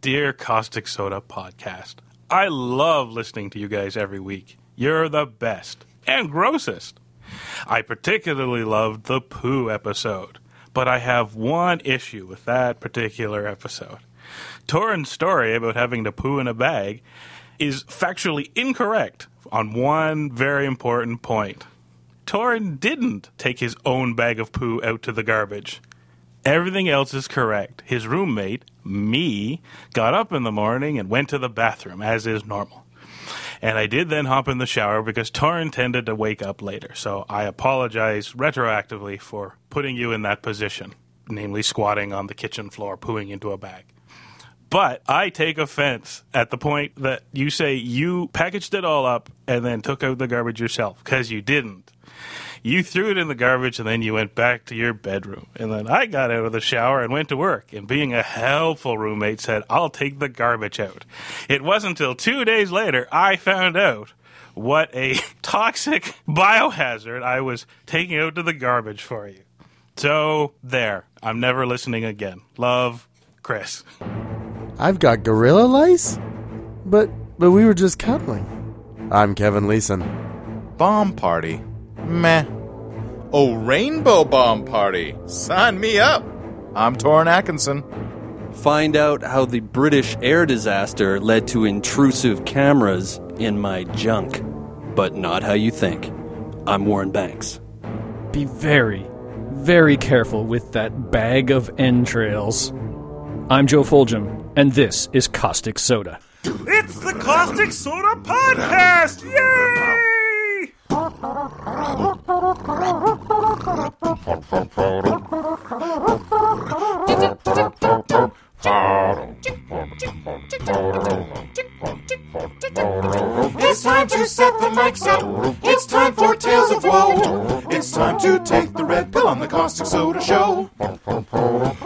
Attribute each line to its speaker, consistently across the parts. Speaker 1: Dear Caustic Soda Podcast, I love listening to you guys every week. You're the best and grossest. I particularly loved the poo episode, but I have one issue with that particular episode. Torin's story about having to poo in a bag is factually incorrect on one very important point. Torin didn't take his own bag of poo out to the garbage. Everything else is correct. His roommate, me, got up in the morning and went to the bathroom, as is normal. And I did then hop in the shower because Torin tended to wake up later. So I apologize retroactively for putting you in that position, namely squatting on the kitchen floor, pooing into a bag. But I take offense at the point that you say you packaged it all up and then took out the garbage yourself because you didn't. You threw it in the garbage and then you went back to your bedroom. And then I got out of the shower and went to work. And being a helpful roommate, said, I'll take the garbage out. It wasn't until two days later I found out what a toxic biohazard I was taking out to the garbage for you. So there. I'm never listening again. Love, Chris.
Speaker 2: I've got gorilla lice? But but we were just cuddling. I'm Kevin Leeson.
Speaker 3: Bomb party? Meh. Oh, rainbow bomb party? Sign me up! I'm Torin Atkinson.
Speaker 4: Find out how the British air disaster led to intrusive cameras in my junk. But not how you think. I'm Warren Banks.
Speaker 5: Be very, very careful with that bag of entrails. I'm Joe Foljam, and this is Caustic Soda.
Speaker 1: It's the Caustic Soda Podcast! Yay!
Speaker 3: It's time to set the mics up. It's time for Tales of Woe. It's time to take the red pill on the Caustic Soda Show.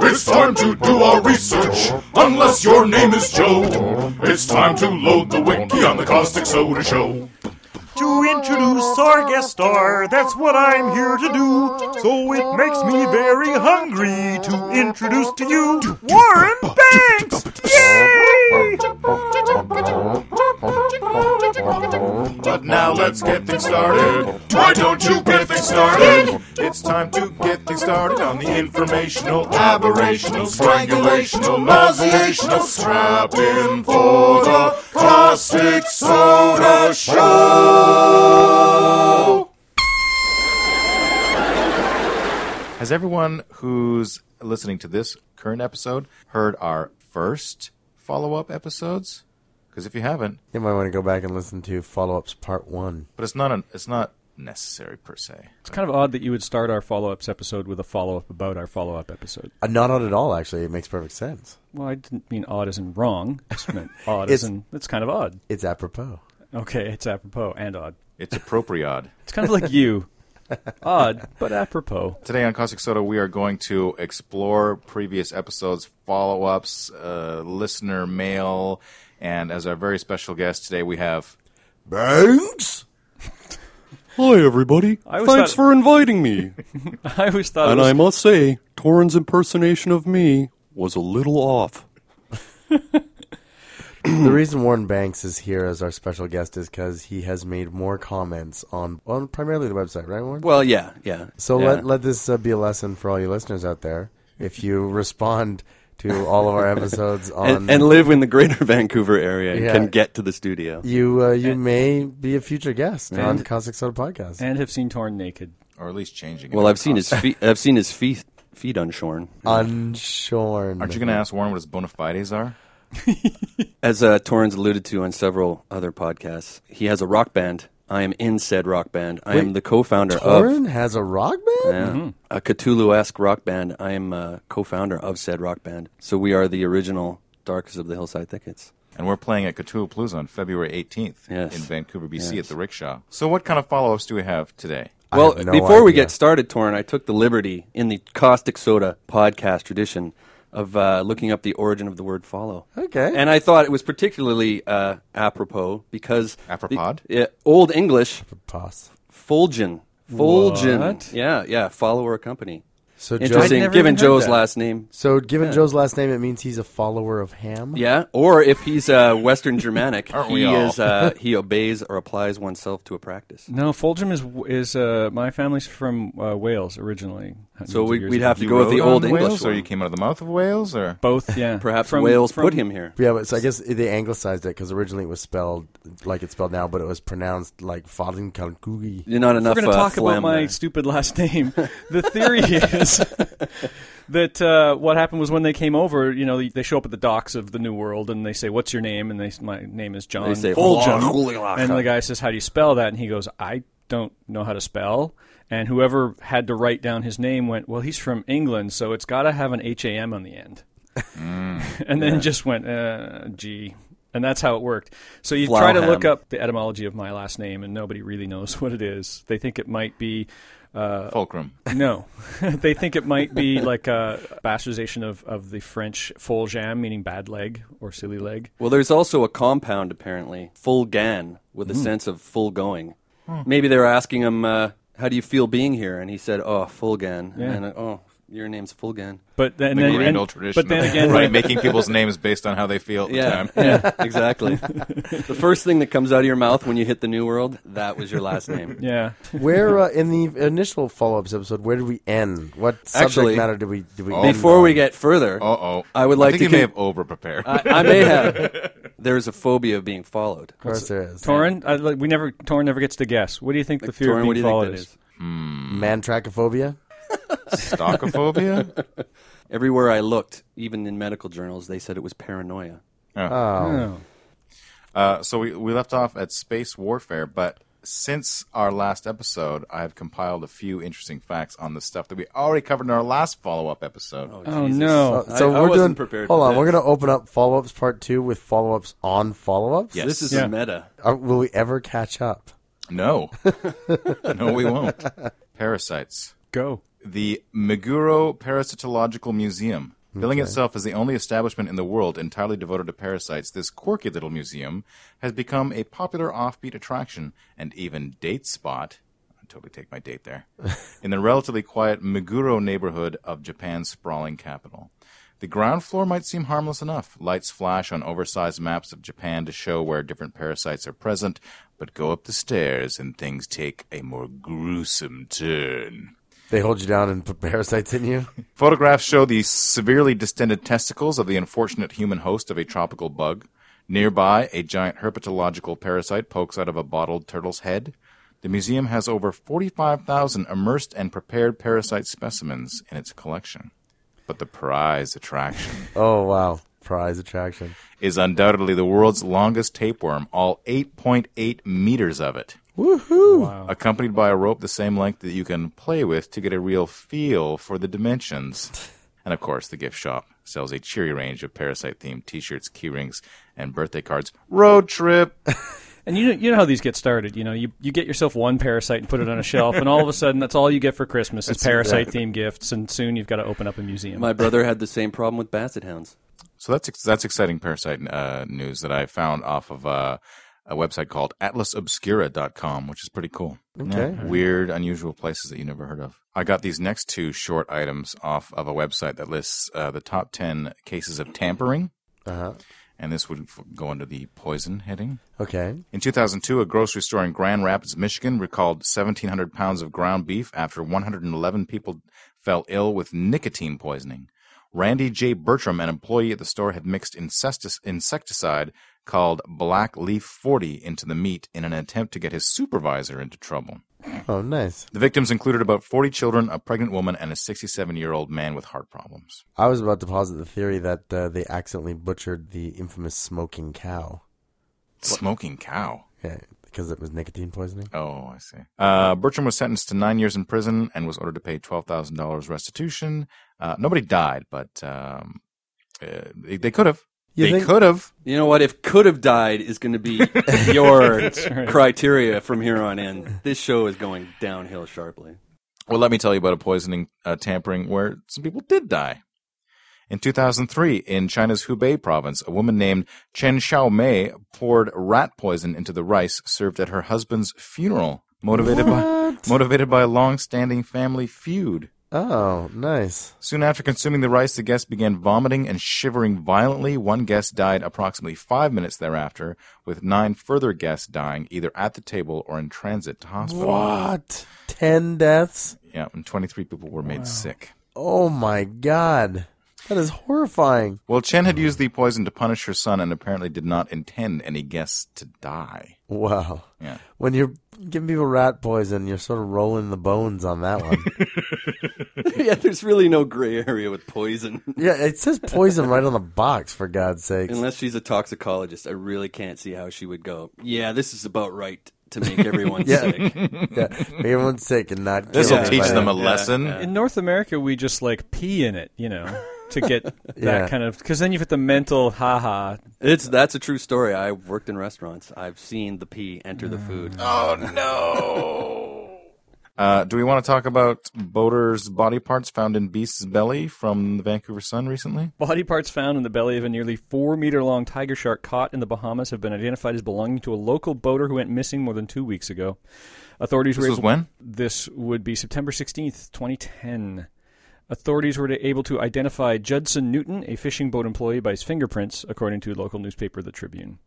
Speaker 3: It's time to do our research, unless your name is Joe. It's time to load the wiki on the Caustic Soda Show.
Speaker 6: to introduce our guest star. That's what I'm here to do. So it makes me very hungry to introduce to you Warren Banks. Yay!
Speaker 3: But now let's get things started. Why don't you get things started? It's time to get things started on the informational, aberrational, strangulational, nauseational. Strap in for the Caustic Soda Show. Has everyone who's listening to this current episode heard our first follow-up episodes? Because if you haven't,
Speaker 2: You might want to go back and listen to follow ups part one.
Speaker 3: but it's not an, it's not necessary per se.
Speaker 5: It's kind of odd that you would start our follow ups episode with a follow up about our follow up episode.
Speaker 2: Uh, not odd at all, actually. It makes perfect sense.
Speaker 5: Well, I didn't mean odd as in wrong. I just meant odd
Speaker 2: It's-
Speaker 5: as in it's kind of odd.
Speaker 2: It's apropos.
Speaker 5: Okay, it's apropos and odd.
Speaker 3: It's appropriate.
Speaker 5: It's kind of like you. Odd, but apropos.
Speaker 3: Today on Caustic Soda, we are going to explore previous episodes, follow ups, uh, listener mail, and as our very special guest today, we have.
Speaker 2: Banks?
Speaker 4: Hi, everybody.
Speaker 5: I always
Speaker 4: Thanks
Speaker 5: thought-
Speaker 4: for inviting me.
Speaker 5: I always thought
Speaker 4: and
Speaker 5: it was
Speaker 4: I must say, Torin's impersonation of me was a little off.
Speaker 2: the reason Warren Banks is here as our special guest is because he has made more comments on, on primarily the website, right, Warren?
Speaker 4: Well, yeah, yeah.
Speaker 2: So
Speaker 4: yeah.
Speaker 2: let let this uh, be a lesson for all you listeners out there. If you respond to all of our episodes on,
Speaker 4: and, and live in the greater Vancouver area and
Speaker 2: Yeah.
Speaker 4: can get to the studio.
Speaker 2: you uh, you may be a future guest on Caustic Soda Podcast.
Speaker 5: and have seen Torn naked.
Speaker 3: Or at least changing. it.
Speaker 4: Well,
Speaker 2: uh,
Speaker 4: I've seen his feet. I've seen his feet feet unshorn.
Speaker 2: Unshorn.
Speaker 3: Aren't you going to ask Warren what his bona fides are?
Speaker 4: As uh, Torrens alluded to on several other podcasts, he has a rock band. I am in said rock band. I am
Speaker 2: Wait, Mm-hmm.
Speaker 4: the co-founder
Speaker 2: Warren
Speaker 4: of
Speaker 2: has a rock band.
Speaker 4: Yeah, a Cthulhu-esque rock band. I am uh, co-founder of said rock band. So we are the original Darkest of the Hillside Thickets.
Speaker 3: And we're playing at Cthulhu Palooza on February 18th
Speaker 4: Yes.
Speaker 3: in Vancouver, BC at the Rickshaw. So, what kind of follow ups do we have today?
Speaker 2: I
Speaker 4: Well,
Speaker 2: have no
Speaker 4: before we
Speaker 2: idea.
Speaker 4: get started, Torrin, I took the liberty in the caustic soda podcast tradition of uh, looking up the origin of the word follow.
Speaker 2: Okay.
Speaker 4: And I thought it was particularly uh, apropos because the-
Speaker 3: Apropod?
Speaker 4: yeah, Old English
Speaker 2: Pass.
Speaker 4: Fulgin. Fulgin.
Speaker 5: What?
Speaker 4: Yeah, yeah. Follow or accompany.
Speaker 2: So Joe,
Speaker 4: Interesting.
Speaker 3: never even
Speaker 4: Given
Speaker 3: heard
Speaker 4: Joe's
Speaker 3: that.
Speaker 4: last name.
Speaker 2: so given Joe's last name, it means he's a follower of Ham.
Speaker 4: Yeah, or if he's uh, Western Germanic,
Speaker 3: Aren't we
Speaker 4: he
Speaker 3: all? Mm,
Speaker 4: is uh, he obeys or applies oneself to a practice.
Speaker 5: No, Fulgham is is uh, my family's from uh, Wales originally. hundreds
Speaker 4: So
Speaker 5: of
Speaker 4: we,
Speaker 5: years
Speaker 4: we'd
Speaker 5: ago.
Speaker 4: have to
Speaker 3: You
Speaker 4: go with the
Speaker 3: rode on
Speaker 4: old English,
Speaker 3: Wales, or
Speaker 4: one.
Speaker 3: you came out of the mouth of Wales, or
Speaker 5: both. Yeah,
Speaker 4: perhaps
Speaker 5: From-
Speaker 4: Wales
Speaker 5: from-
Speaker 4: put him here.
Speaker 2: Yeah, but so I guess they anglicized it because originally it was spelled like it's spelled now, but it was pronounced like Fadenkalkugi.
Speaker 4: You're not enough.
Speaker 5: We're going to
Speaker 4: uh,
Speaker 5: talk about
Speaker 4: phlegm
Speaker 5: my
Speaker 4: there.
Speaker 5: stupid last name. The theory is that uh, what happened was when they came over, you know, they, they show up at the docks of the New World and they say, "What's your name?" And they s- my name is John.
Speaker 4: They say,
Speaker 5: Fulgham."
Speaker 4: "Fulgham."
Speaker 5: And the guy says, "How do you spell that?" And he goes, "I don't know how to spell." And whoever had to write down his name went, "Well, he's from England, so it's got to have an H A M on the end."
Speaker 3: Mm.
Speaker 5: and then just went, uh, "G." And that's how it worked. So you try to look
Speaker 4: Flauham.
Speaker 5: up the etymology of my last name, and nobody really knows what it is. They think it might be
Speaker 3: fulcrum?
Speaker 5: no, they think it might be like a bastardization of, of the French "fol jam," meaning bad leg or silly leg.
Speaker 4: Well, there's also a compound apparently, full gan, with a
Speaker 3: Hmm.
Speaker 4: sense of full going. Maybe they were asking him, uh, "How do you feel being here?" And he said, "Oh, full gan." And uh, oh, your name's full gan.
Speaker 5: But then,
Speaker 3: The
Speaker 5: then-
Speaker 3: grand
Speaker 5: and-
Speaker 3: old tradition.
Speaker 5: but then
Speaker 3: of
Speaker 5: again,
Speaker 3: right,
Speaker 5: when-
Speaker 3: making people's names based on how they feel at the
Speaker 4: Yeah,
Speaker 3: time.
Speaker 4: yeah, exactly. the first thing that comes out of your mouth when you hit the new world, that was your last name.
Speaker 5: yeah,
Speaker 2: Where uh, in the initial follow-ups episode, where did we end? What
Speaker 4: Actually,
Speaker 2: subject matter did we did we? end
Speaker 4: Before we
Speaker 2: on?
Speaker 4: get further,
Speaker 3: Uh oh.
Speaker 4: I would like
Speaker 3: I think
Speaker 4: to
Speaker 3: you may
Speaker 4: con-
Speaker 3: have over prepared.
Speaker 4: I, I may have. There's a phobia of being followed.
Speaker 2: of course, there is
Speaker 5: Torin, I, like, we never Torin never gets to guess. What do you think the fear
Speaker 4: Torin,
Speaker 5: of
Speaker 4: what do
Speaker 5: being
Speaker 4: you think
Speaker 5: followed
Speaker 4: that
Speaker 5: is?
Speaker 4: is?
Speaker 2: mantrachophobia.
Speaker 3: Stockophobia?
Speaker 4: Everywhere I looked, even in medical journals, they said it was paranoia. Oh.
Speaker 3: Uh, so we, we left off at space warfare, but since our last episode, I've compiled a few interesting facts on the stuff that we already covered in our last follow up episode.
Speaker 5: Oh no!
Speaker 4: I-
Speaker 2: Uh, So
Speaker 4: I
Speaker 2: we're
Speaker 4: wasn't
Speaker 2: doing.
Speaker 4: prepared
Speaker 2: hold
Speaker 4: for
Speaker 2: on, we're
Speaker 4: this.
Speaker 2: going to open up follow-ups part two with follow-ups on follow-ups.
Speaker 3: Yes.
Speaker 4: This is
Speaker 5: Yeah.
Speaker 4: meta.
Speaker 2: Are, will we ever catch up?
Speaker 3: No. no, we won't. Parasites.
Speaker 5: Go.
Speaker 3: The Meguro Parasitological Museum. Billing itself as the only establishment in the world entirely devoted to parasites, this quirky little museum has become a popular offbeat attraction and even date spot. I totally take my date there. in the relatively quiet Meguro neighborhood of Japan's sprawling capital. The ground floor might seem harmless enough. Lights flash on oversized maps of Japan to show where different parasites are present, but go up the stairs and things take a more gruesome turn.
Speaker 2: They hold you down and put parasites in you.
Speaker 3: Photographs show the severely distended testicles of the unfortunate human host of a tropical bug. Nearby, a giant herpetological parasite pokes out of a bottled turtle's head. The museum has over 45,000 immersed and prepared parasite specimens in its collection. But the prize attraction
Speaker 2: Oh wow, prize attraction.
Speaker 3: is undoubtedly the world's longest tapeworm, all 8.8 meters of it. Woohoo! Accompanied by a rope the same length that you can play with to get a real feel for the dimensions. And of course, the gift shop sells a cheery range of parasite themed t shirts, key rings, and birthday cards. Road trip!
Speaker 5: And you know, you know how these get started. You know, you, you get yourself one parasite and put it on a shelf, and all of a sudden, that's all you get for Christmas is parasite themed gifts. And soon, you've got to open up a museum.
Speaker 4: My brother had the same problem with basset hounds.
Speaker 3: So that's ex- that's exciting parasite uh, news that I found off of uh, a website called atlasobscura.com, which is pretty cool. Okay. Weird, unusual places that you never heard of. I got these next two short items off of a website that lists uh, the top 10 cases of tampering.
Speaker 2: Uh-huh.
Speaker 3: And this would f- go under the poison heading.
Speaker 2: Okay.
Speaker 3: In 2002, a grocery store in Grand Rapids, Michigan, recalled 1,700 pounds of ground beef after 111 people fell ill with nicotine poisoning. Randy J. Bertram, an employee at the store, had mixed incestis- insecticide called Black Leaf 40 into the meat in an attempt to get his supervisor into trouble.
Speaker 2: Oh nice.
Speaker 3: The victims included about 40 children, a pregnant woman, and a 67 year old man with heart problems.
Speaker 2: I was about to posit the theory that uh, they accidentally butchered the infamous smoking cow
Speaker 3: Smoking cow.
Speaker 2: yeah, because it was nicotine poisoning.
Speaker 3: Oh, I see. Uh, Bertram was sentenced to nine years in prison and was ordered to pay twelve thousand dollars restitution. Uh, nobody died, but um, uh, they, they could have.
Speaker 2: You
Speaker 3: They
Speaker 2: think-
Speaker 3: could have.
Speaker 4: You know what? If could have died is going to be your criteria from here on in, this show is going downhill sharply.
Speaker 3: Well, let me tell you about a poisoning uh, tampering where some people did die. In 2003, in China's Hubei province, a woman named Chen Xiaomei poured rat poison into the rice served at her husband's funeral, motivated by motivated by a long-standing family feud.
Speaker 2: Oh, nice.
Speaker 3: Soon after consuming the rice, the guests began vomiting and shivering violently. One guest died approximately five minutes thereafter, with nine further guests dying either at the table or in transit to hospital.
Speaker 2: What? Ten deaths?
Speaker 3: Yeah, and 23 people were made sick.
Speaker 2: Oh my god. That is horrifying.
Speaker 3: Well, Chen had used the poison to punish her son and apparently did not intend any guests to die.
Speaker 2: Wow.
Speaker 3: Yeah.
Speaker 2: When you're giving people rat poison, you're sort of rolling the bones on that one.
Speaker 4: yeah, there's really no gray area with poison.
Speaker 2: yeah, it says poison right on the box, for God's sakes.
Speaker 4: Unless she's a toxicologist, I really can't see how she would go. Yeah, this is about right to make everyone sick.
Speaker 2: yeah, make everyone sick and not kill
Speaker 3: This will
Speaker 4: Yeah.
Speaker 3: teach
Speaker 2: anybody.
Speaker 3: them a lesson.
Speaker 5: In North America, we just like pee in it, you know, to get that
Speaker 2: Yeah.
Speaker 5: kind of because then you've got the mental haha.
Speaker 4: It's that's a true story. I worked in restaurants. I've seen the pee enter the food.
Speaker 5: Mm.
Speaker 3: Oh,
Speaker 5: Oh.
Speaker 3: Uh, do we want to talk about Boater's body parts found in Beast's belly from the Vancouver Sun recently?
Speaker 5: Body parts found in the belly of a nearly four meter long tiger shark caught in the Bahamas have been identified as belonging to a local boater who went missing more than two weeks ago. Authorities
Speaker 3: This
Speaker 5: were
Speaker 3: was
Speaker 5: able-
Speaker 3: when?
Speaker 5: This would be September 16th, 2010. Authorities were able to identify Judson Newton, a fishing boat employee, by his fingerprints, according to local newspaper The Tribune.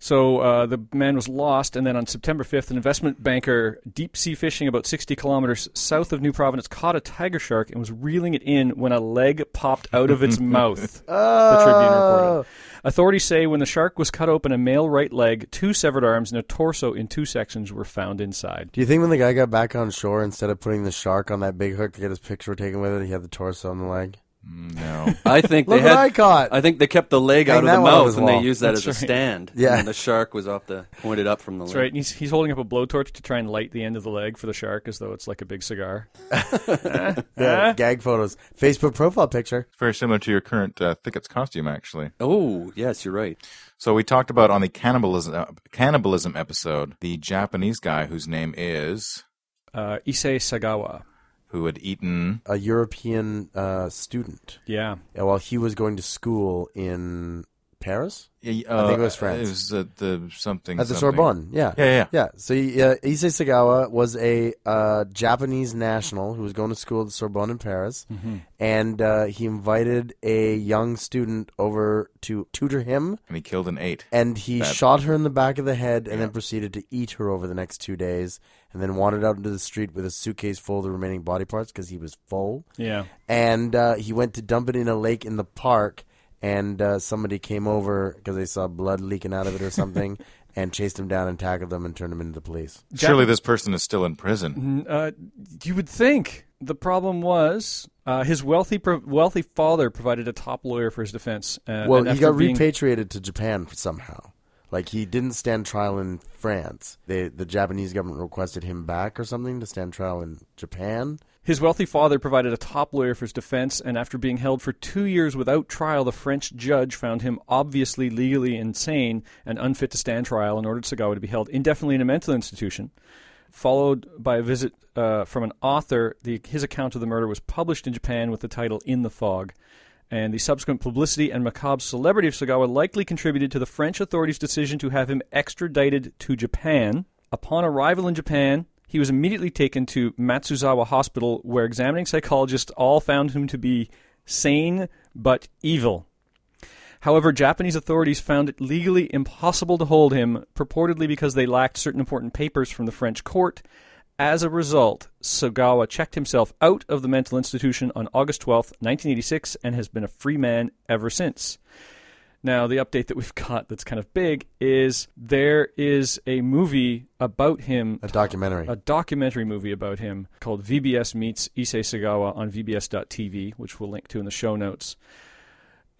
Speaker 5: So uh, the man was lost, and then on September 5th, an investment banker deep sea fishing about 60 kilometers south of New Providence caught a tiger shark and was reeling it in when a leg popped out of its mouth. The Tribune reported. Authorities say when the shark was cut open, a male right leg, two severed arms, and a torso in two sections were found inside.
Speaker 2: Do you think when the guy got back on shore, instead of putting the shark on that big hook to get his picture taken with it, he had the torso on the leg?
Speaker 3: No.
Speaker 4: I think they
Speaker 2: Look
Speaker 4: had.
Speaker 2: what I caught.
Speaker 4: I think they kept the leg
Speaker 2: Hang
Speaker 4: out of
Speaker 2: that
Speaker 4: the
Speaker 2: one on his
Speaker 4: mouth, and they
Speaker 2: wall.
Speaker 4: used that
Speaker 5: That's
Speaker 4: as a
Speaker 5: right.
Speaker 4: stand.
Speaker 2: Yeah.
Speaker 4: and the shark was off the pointed up from the
Speaker 5: That's
Speaker 4: leg.
Speaker 5: right. And he's, he's holding up a blowtorch to try and light the end of the leg for the shark as though it's like a big cigar.
Speaker 2: Yeah, gag photos, Facebook profile picture.
Speaker 3: Very similar to your current uh, Thickets costume, actually.
Speaker 4: Oh, yes, you're right.
Speaker 3: So we talked about on the cannibalism uh, cannibalism episode the Japanese guy whose name is
Speaker 5: Uh, Issei Sagawa.
Speaker 3: who had eaten.
Speaker 2: A European uh, student,
Speaker 5: Yeah.
Speaker 2: Yeah, while he was going to school in Paris
Speaker 3: I think
Speaker 2: it was France.
Speaker 3: It was uh, the something
Speaker 2: at the
Speaker 3: something.
Speaker 2: Sorbonne. Yeah,
Speaker 3: Yeah, yeah.
Speaker 2: yeah. So uh, Issei Sagawa was a uh, Japanese national who was going to school at the Sorbonne in Paris,
Speaker 3: Mm-hmm.
Speaker 2: and uh, he invited a young student over to tutor him
Speaker 3: and he killed an eight.
Speaker 2: and he
Speaker 3: Bad.
Speaker 2: shot her in the back of the head and then proceeded to eat her over the next two days and then wandered out into the street with a suitcase full of the remaining body parts because he was full
Speaker 5: Yeah.
Speaker 2: and uh, he went to dump it in a lake in the park and uh, somebody came over because they saw blood leaking out of it or something and chased him down and tackled him and turned him into the police
Speaker 3: Surely this person is still in prison.
Speaker 5: Uh, you would think the problem was uh, his wealthy pro- wealthy father provided a top lawyer for his defense. Uh,
Speaker 2: well
Speaker 5: and
Speaker 2: he
Speaker 5: after
Speaker 2: got
Speaker 5: being-
Speaker 2: repatriated to japan somehow like he didn't stand trial in france they, the japanese government requested him back or something to stand trial in japan
Speaker 5: His wealthy father provided a top lawyer for his defense, and after being held for two years without trial, the French judge found him obviously legally insane and unfit to stand trial and ordered Sagawa to be held indefinitely in a mental institution. Followed by a visit uh, from an author, the, his account of the murder was published in Japan with the title In the Fog. And the subsequent publicity and macabre celebrity of Sagawa likely contributed to the French authorities' decision to have him extradited to Japan. Upon arrival in Japan, he was immediately taken to Matsuzawa Hospital, where examining psychologists all found him to be sane but evil. However, Japanese authorities found it legally impossible to hold him, purportedly because they lacked certain important papers from the French court. As a result, Sagawa checked himself out of the mental institution on August 12th, 1986, and has been a free man ever since. Now, the update that we've got that's kind of big is there is a movie about him,
Speaker 2: a documentary
Speaker 5: a documentary movie about him called VBS Meets Issei Sagawa on VBS.tv, which we'll link to in the show notes.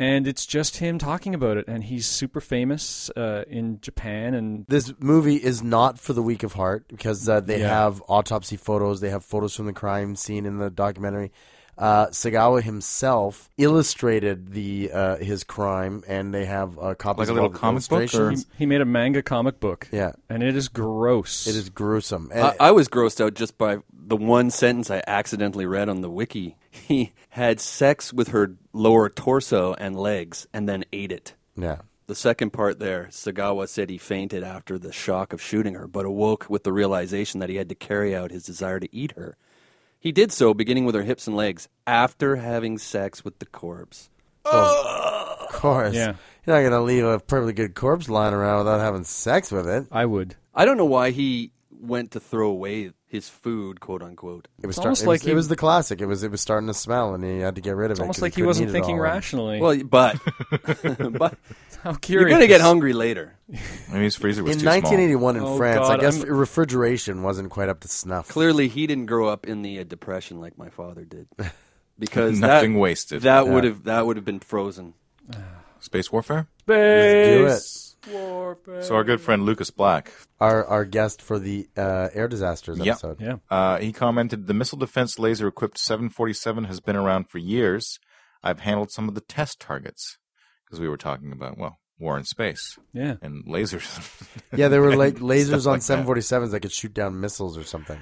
Speaker 5: And it's just him talking about it, and he's super famous uh, in Japan and
Speaker 2: this movie is not for the weak of heart because uh, they
Speaker 5: Yeah.
Speaker 2: have autopsy photos, they have photos from the crime scene in the documentary. Uh, Sagawa himself illustrated the uh, his crime, and they have uh, copies
Speaker 3: Like a
Speaker 2: of
Speaker 3: little
Speaker 2: all the
Speaker 3: comic book, or-
Speaker 2: illustrations.
Speaker 5: He made a manga comic book.
Speaker 2: Yeah.
Speaker 5: And it is gross.
Speaker 2: It is gruesome. And
Speaker 5: Uh,
Speaker 4: I, I was grossed out just by the one sentence I accidentally read on the wiki. He had sex with her lower torso and legs, and then ate it.
Speaker 2: yeah,
Speaker 4: The second part there, Sagawa said he fainted after the shock of shooting her, but awoke with the realization that he had to carry out his desire to eat her. He did so beginning with her hips and legs after having sex with the corpse.
Speaker 2: Of course.
Speaker 5: Yeah.
Speaker 2: You're not going to leave a perfectly good corpse lying around without having sex with it.
Speaker 5: I would.
Speaker 4: I don't know why he went to throw away his food, quote unquote.
Speaker 2: It was
Speaker 5: It's
Speaker 2: start-
Speaker 5: almost
Speaker 2: it was-
Speaker 5: like he-
Speaker 2: it was the classic. It was it was starting to smell, and he had to get rid of it.
Speaker 5: Almost
Speaker 2: 'cause
Speaker 5: like he
Speaker 2: couldn't
Speaker 5: wasn't
Speaker 2: eat it
Speaker 5: thinking
Speaker 2: all.
Speaker 5: rationally.
Speaker 4: Well, but but
Speaker 5: how curious.
Speaker 4: you're gonna get hungry later.
Speaker 3: Maybe his freezer was
Speaker 2: In
Speaker 3: too
Speaker 2: 1981 in
Speaker 5: Oh,
Speaker 2: France,
Speaker 5: God,
Speaker 2: I guess
Speaker 5: I'm-
Speaker 2: refrigeration wasn't quite up to snuff.
Speaker 4: Clearly, he didn't grow up in the uh, depression like my father did, because
Speaker 3: Nothing
Speaker 4: that,
Speaker 3: wasted.
Speaker 4: That would have that would have been frozen.
Speaker 3: small. Space warfare?
Speaker 2: Do it.
Speaker 3: So our good friend Lucas Black,
Speaker 2: Our our guest for the uh, air disasters
Speaker 3: Yep.
Speaker 2: episode.
Speaker 5: Yeah.
Speaker 3: uh, he commented, the missile defense laser equipped 747 has been around for years. I've handled some of the test targets because we were talking about, well, war in space
Speaker 5: Yeah.
Speaker 3: and lasers.
Speaker 2: Yeah, there were like lasers on
Speaker 3: like that.
Speaker 2: 747s that. could shoot down missiles or something.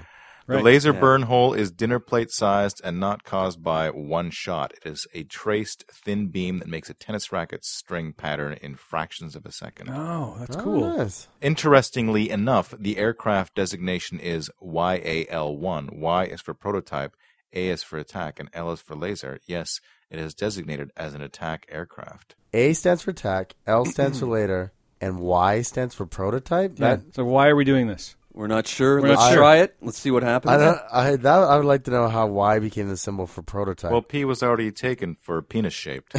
Speaker 3: The
Speaker 5: Right.
Speaker 3: laser burn hole is dinner plate sized and not caused by one shot. It is a traced thin beam that makes a tennis racket string pattern in fractions of a second.
Speaker 2: Ah.
Speaker 5: Oh, that's cool.
Speaker 2: Oh, nice.
Speaker 3: Interestingly enough, the aircraft designation is YAL1. Y is for prototype, A is for attack, and L is for laser. Yes, it is designated as an attack aircraft.
Speaker 2: A stands for attack, L stands for later, and Y stands for prototype.
Speaker 5: Yeah.
Speaker 2: That
Speaker 5: So why are we doing this?
Speaker 4: We're not sure.
Speaker 5: We're
Speaker 4: Let's
Speaker 5: not sure.
Speaker 4: try it. Let's see what happens.
Speaker 2: I don't. I that I would like to know how Y became the symbol for prototype.
Speaker 3: Well, P was already taken for penis shaped.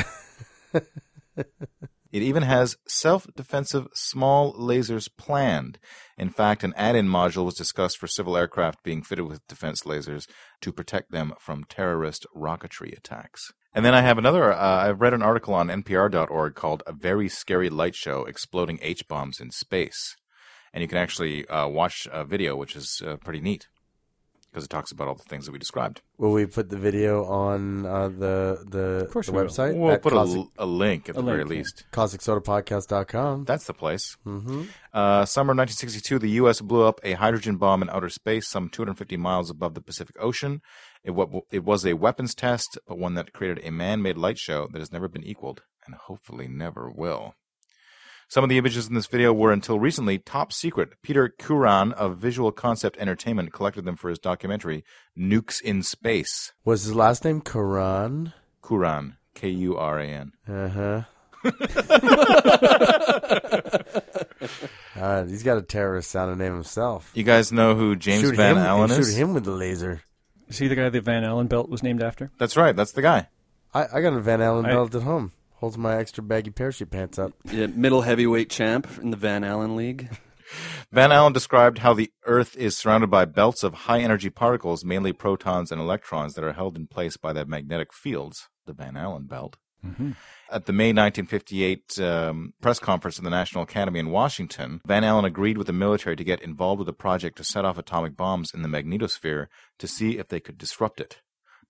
Speaker 3: it even has self defensive small lasers planned. In fact, an add in module was discussed for civil aircraft being fitted with defense lasers to protect them from terrorist rocketry attacks. And then I have another. Uh, I've read an article on NPR.org called A Very Scary Light Show Exploding H Bombs in Space. And you can actually uh, watch a video, which is uh, pretty neat because it talks about all the things that we described.
Speaker 2: Will we put the video on uh, the the,
Speaker 5: course
Speaker 2: the
Speaker 5: we will.
Speaker 2: website?
Speaker 3: We'll
Speaker 2: at
Speaker 3: put a,
Speaker 2: caustic,
Speaker 3: l- a link at the very
Speaker 5: link, yeah.
Speaker 3: least.
Speaker 2: causticsodapodcast.com.
Speaker 3: That's the place. Mm-hmm. Uh, summer 1962, the U.S. blew up a hydrogen bomb in outer space, some 250 miles above the Pacific Ocean. It, wa- it was a weapons test, but one that created a man-made light show that has never been equaled, and hopefully never will. Some of the images in this video were until recently top secret. Peter Curran of Visual Concept Entertainment collected them for his documentary Nukes in Space.
Speaker 2: Was his last name Karan?
Speaker 3: Curran, K U R A N.
Speaker 2: Uh huh. uh, he's got a terrorist sounding name himself.
Speaker 3: You guys know who James
Speaker 2: shoot
Speaker 3: Van
Speaker 2: him,
Speaker 3: Allen
Speaker 2: shoot
Speaker 3: is?
Speaker 2: him with the laser.
Speaker 5: Is he the guy that Van Allen belt was named after?
Speaker 3: That's right. That's the guy.
Speaker 2: I, I got a Van Allen
Speaker 5: I-
Speaker 2: belt at home. Holds my extra baggy parachute pants up.
Speaker 4: Yeah, middle heavyweight champ in the Van Allen League.
Speaker 3: Van Allen described how the Earth is surrounded by belts of high energy particles, mainly protons and electrons, that are held in place by their magnetic fields, the Van Allen belt. At the May 1958 um, press conference of the National Academy in Washington, Van Allen agreed with the military to get involved with a project to set off atomic bombs in the magnetosphere to see if they could disrupt it.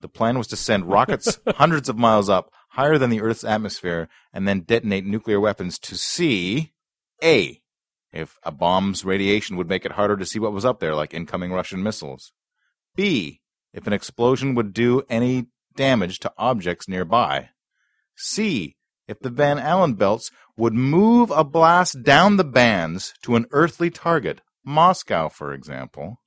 Speaker 3: The plan was to send rockets hundreds of miles up, higher than the Earth's atmosphere, and then detonate nuclear weapons to see A. If a bomb's radiation would make it harder to see what was up there, like incoming Russian missiles. B. If an explosion would do any damage to objects nearby. C. If the Van Allen belts would move a blast down the bands to an earthly target, Moscow, for example.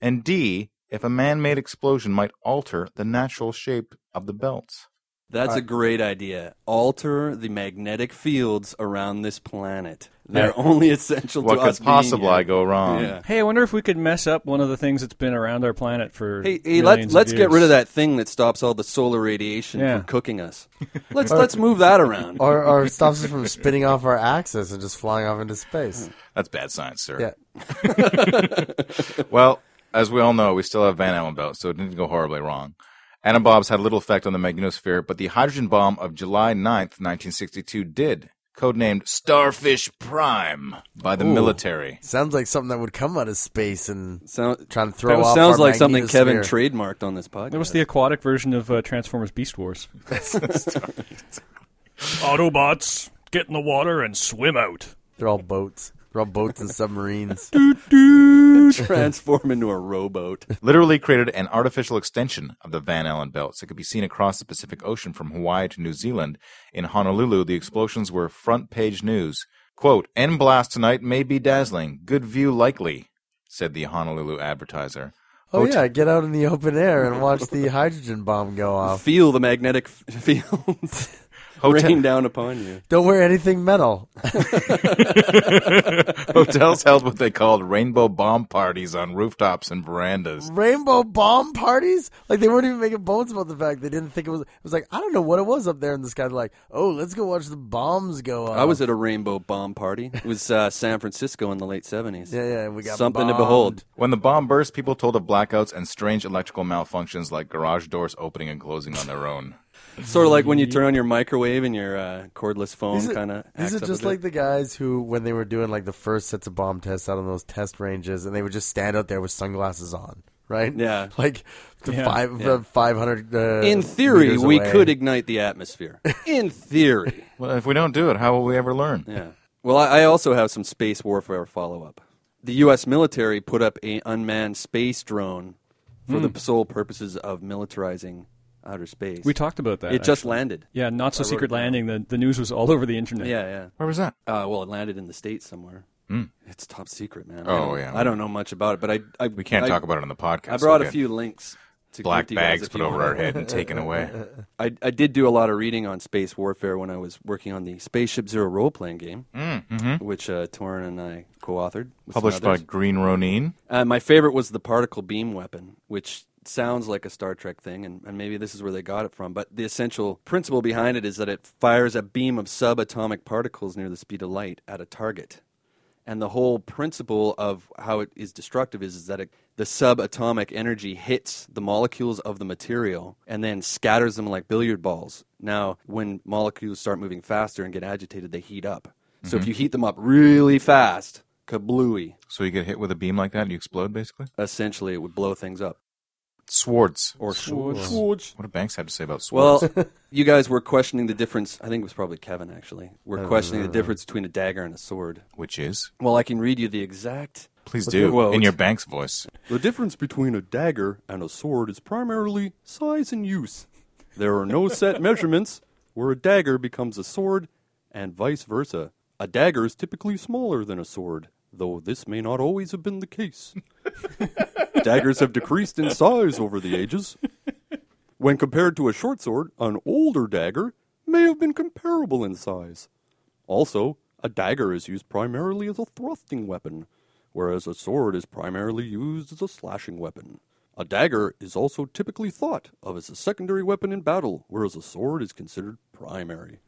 Speaker 3: And D. If a man made explosion might alter the natural shape of the belts.
Speaker 4: That's a great idea. Alter the magnetic fields around this planet. They're only essential
Speaker 3: What
Speaker 4: to us.
Speaker 3: could possibly
Speaker 4: being here.
Speaker 3: go wrong?
Speaker 4: Yeah.
Speaker 5: Hey, I wonder if we could mess up one of the things that's been around our planet for.
Speaker 4: Hey, hey
Speaker 5: millions
Speaker 4: let,
Speaker 5: of
Speaker 4: let's get
Speaker 5: years.
Speaker 4: rid of that thing that stops all the solar radiation
Speaker 5: Yeah.
Speaker 4: from cooking us. Let's let's move that around.
Speaker 2: Or, or stops us from spinning off our axis and just flying off into space.
Speaker 3: That's bad science, sir.
Speaker 2: Yeah.
Speaker 3: Well, as we all know, we still have Van Allen belts, so it didn't go horribly wrong. Atom bombs had little effect on the magnetosphere, but the hydrogen bomb of July 9th, 1962 did, codenamed Starfish Prime by the military.
Speaker 2: Sounds like something that would come out of space and
Speaker 4: Sound,
Speaker 2: trying to throw
Speaker 4: that
Speaker 2: off
Speaker 4: sounds
Speaker 2: our
Speaker 4: like something Kevin
Speaker 2: magnetosphere.
Speaker 4: trademarked on this podcast.
Speaker 5: That was the aquatic version of uh, Transformers Beast Wars. Autobots, get in the water and swim out.
Speaker 2: They're all boats. They're all boats and submarines.
Speaker 4: transform into a rowboat.
Speaker 3: Literally created an artificial extension of the Van Allen belts that could be seen across the Pacific Ocean from Hawaii to New Zealand. In Honolulu, the explosions were front page news. Quote, End blast tonight may be dazzling. Good view likely, said the Honolulu advertiser.
Speaker 2: Oh yeah, get out in the open air and watch the hydrogen bomb go off.
Speaker 4: Feel the magnetic f- fields rain down upon you.
Speaker 2: Don't wear anything metal.
Speaker 3: Hotels held what they called rainbow bomb parties on rooftops and verandas.
Speaker 2: Rainbow bomb parties? Like they weren't even making bones about the fact they didn't think it was. It was like I don't know what it was up there in the sky. They're like, oh, let's go watch the bombs go off.
Speaker 4: I was at a rainbow bomb party. It was uh, San Francisco in the late 70s.
Speaker 2: Yeah, yeah, we got
Speaker 4: Something to
Speaker 2: bombed.
Speaker 4: behold.
Speaker 3: When the bomb burst, people told of blackouts and strange electrical malfunctions like garage doors opening and closing on their own.
Speaker 4: Sort of like when you turn on your microwave and your uh, cordless phone
Speaker 2: These are-
Speaker 4: kind of
Speaker 2: These are just like the guys who, when they were doing like the first sets of bomb tests out on those test ranges, and they would just stand out there with sunglasses on, right?
Speaker 4: Yeah.
Speaker 2: like the
Speaker 5: Yeah,
Speaker 2: five the five hundred. Uh,
Speaker 4: In theory,
Speaker 2: meters
Speaker 4: we
Speaker 2: away.
Speaker 4: could ignite the atmosphere. In theory.
Speaker 3: Well, if we don't do it, how will we ever learn?
Speaker 4: Yeah. Well, I, I also have some space warfare follow up. The U.S. military put up a unmanned space drone for the sole purposes of militarizing outer space.
Speaker 5: Hmm. We talked about that.
Speaker 4: It just
Speaker 5: actually.
Speaker 4: landed.
Speaker 5: yeah, not so secret landing. The the news was all over the internet.
Speaker 4: Yeah, yeah.
Speaker 3: Where was that?
Speaker 4: Uh, well, it landed in the states somewhere.
Speaker 5: Hmm.
Speaker 4: It's top secret, man. I
Speaker 3: Oh,
Speaker 4: don't-
Speaker 3: yeah.
Speaker 4: I don't know much about it, but I, I
Speaker 3: We can't
Speaker 4: I,
Speaker 3: talk about it on the podcast.
Speaker 4: I brought
Speaker 3: okay.
Speaker 4: a few links to
Speaker 3: black
Speaker 4: give to you guys
Speaker 3: bags
Speaker 4: if
Speaker 3: put
Speaker 4: you
Speaker 3: over
Speaker 4: want.
Speaker 3: our head and taken away.
Speaker 4: I, I did do a lot of reading on space warfare when I was working on the Spaceship Zero role playing game,
Speaker 3: Hmm.
Speaker 4: which uh, Torin and I co-authored.
Speaker 3: Mm, mm-hmm.
Speaker 4: with some
Speaker 3: Published by
Speaker 4: others.
Speaker 3: Green Ronin.
Speaker 4: Uh, my favorite was the particle beam weapon, which sounds like a Star Trek thing, and, and maybe this is where they got it from. But the essential principle behind it is that it fires a beam of subatomic particles near the speed of light at a target. And the whole principle of how it is destructive is, is that it, the subatomic energy hits the molecules of the material and then scatters them like billiard balls. Now, when molecules start moving faster and get agitated, they heat up. So if you heat them up really fast, kablooey,
Speaker 3: So you get hit with a beam like that and you explode, basically?
Speaker 4: essentially it would blow things up.
Speaker 3: Swords.
Speaker 4: Or Schwartz.
Speaker 3: What do banks have to say about swords?
Speaker 4: Well, you guys were questioning the difference. I think it was probably Kevin actually. We're questioning the difference between a dagger and a sword.
Speaker 3: Which is?
Speaker 4: Well, I can read you the exact.
Speaker 3: Please
Speaker 4: the
Speaker 3: do.
Speaker 4: quote-
Speaker 3: In your bank's voice.
Speaker 4: The difference between a dagger and a sword is primarily size and use. There are no set measurements where a dagger becomes a sword and vice versa. A dagger is typically smaller than a sword, though this may not always have been the case. Daggers have decreased in size over the ages. When compared to a short sword, an older dagger may have been comparable in size. Also, a dagger is used primarily as a thrusting weapon, whereas a sword is primarily used as a slashing weapon. A dagger is also typically thought of as a secondary weapon in battle, whereas a sword is considered primary.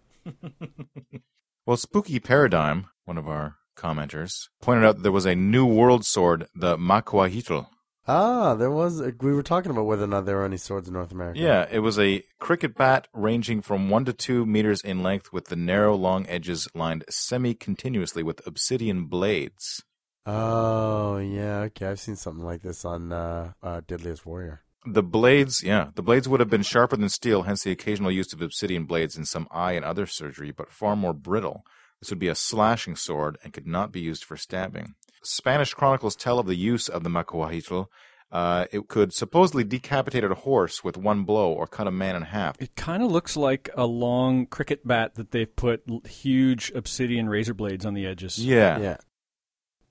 Speaker 3: Well, Spooky Paradigm, one of our commenters, pointed out that there was a new world sword, the Makuahitl.
Speaker 2: Ah, there was. A, we were talking about whether or not there were any swords in North America.
Speaker 3: Yeah, it was a cricket bat ranging from one to two meters in length with the narrow, long edges lined semi continuously with obsidian blades.
Speaker 2: Oh yeah. Okay, I've seen something like this on uh, uh, Deadliest Warrior.
Speaker 3: The blades, yeah, the blades would have been sharper than steel, hence the occasional use of obsidian blades in some eye and other surgery, but far more brittle. This would be a slashing sword and could not be used for stabbing. Spanish chronicles tell of the use of the macuajitl. Uh, it could supposedly decapitate a horse with one blow or cut a man in half.
Speaker 5: It kind of looks like a long cricket bat that they've put l- huge obsidian razor blades on the edges.
Speaker 3: Yeah.
Speaker 2: Yeah.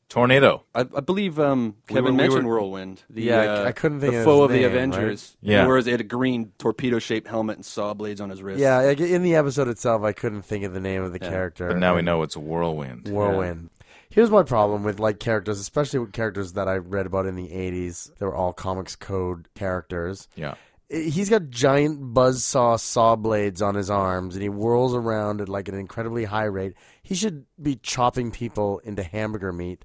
Speaker 3: Tornado.
Speaker 4: I, I believe um,
Speaker 3: We
Speaker 4: Kevin
Speaker 3: were- we
Speaker 4: mentioned
Speaker 3: were-
Speaker 4: Whirlwind. The,
Speaker 2: Yeah, I c-
Speaker 4: uh,
Speaker 2: I couldn't think
Speaker 4: the
Speaker 2: of
Speaker 4: foe
Speaker 2: his
Speaker 4: of the
Speaker 2: name,
Speaker 4: Avengers.
Speaker 3: Yeah.
Speaker 4: whereas it had a green torpedo-shaped helmet and saw blades on his wrist.
Speaker 2: Yeah. like, In the episode itself, I couldn't think of the name of the
Speaker 4: Yeah.
Speaker 2: character.
Speaker 3: But now we know it's a whirlwind.
Speaker 2: Whirlwind. Here's my problem with like characters, especially with characters that I read about in the 80s. They were all comics code characters.
Speaker 3: Yeah.
Speaker 2: I- He's got giant buzzsaw saw blades on his arms and he whirls around at like an incredibly high rate. He should be chopping people into hamburger meat.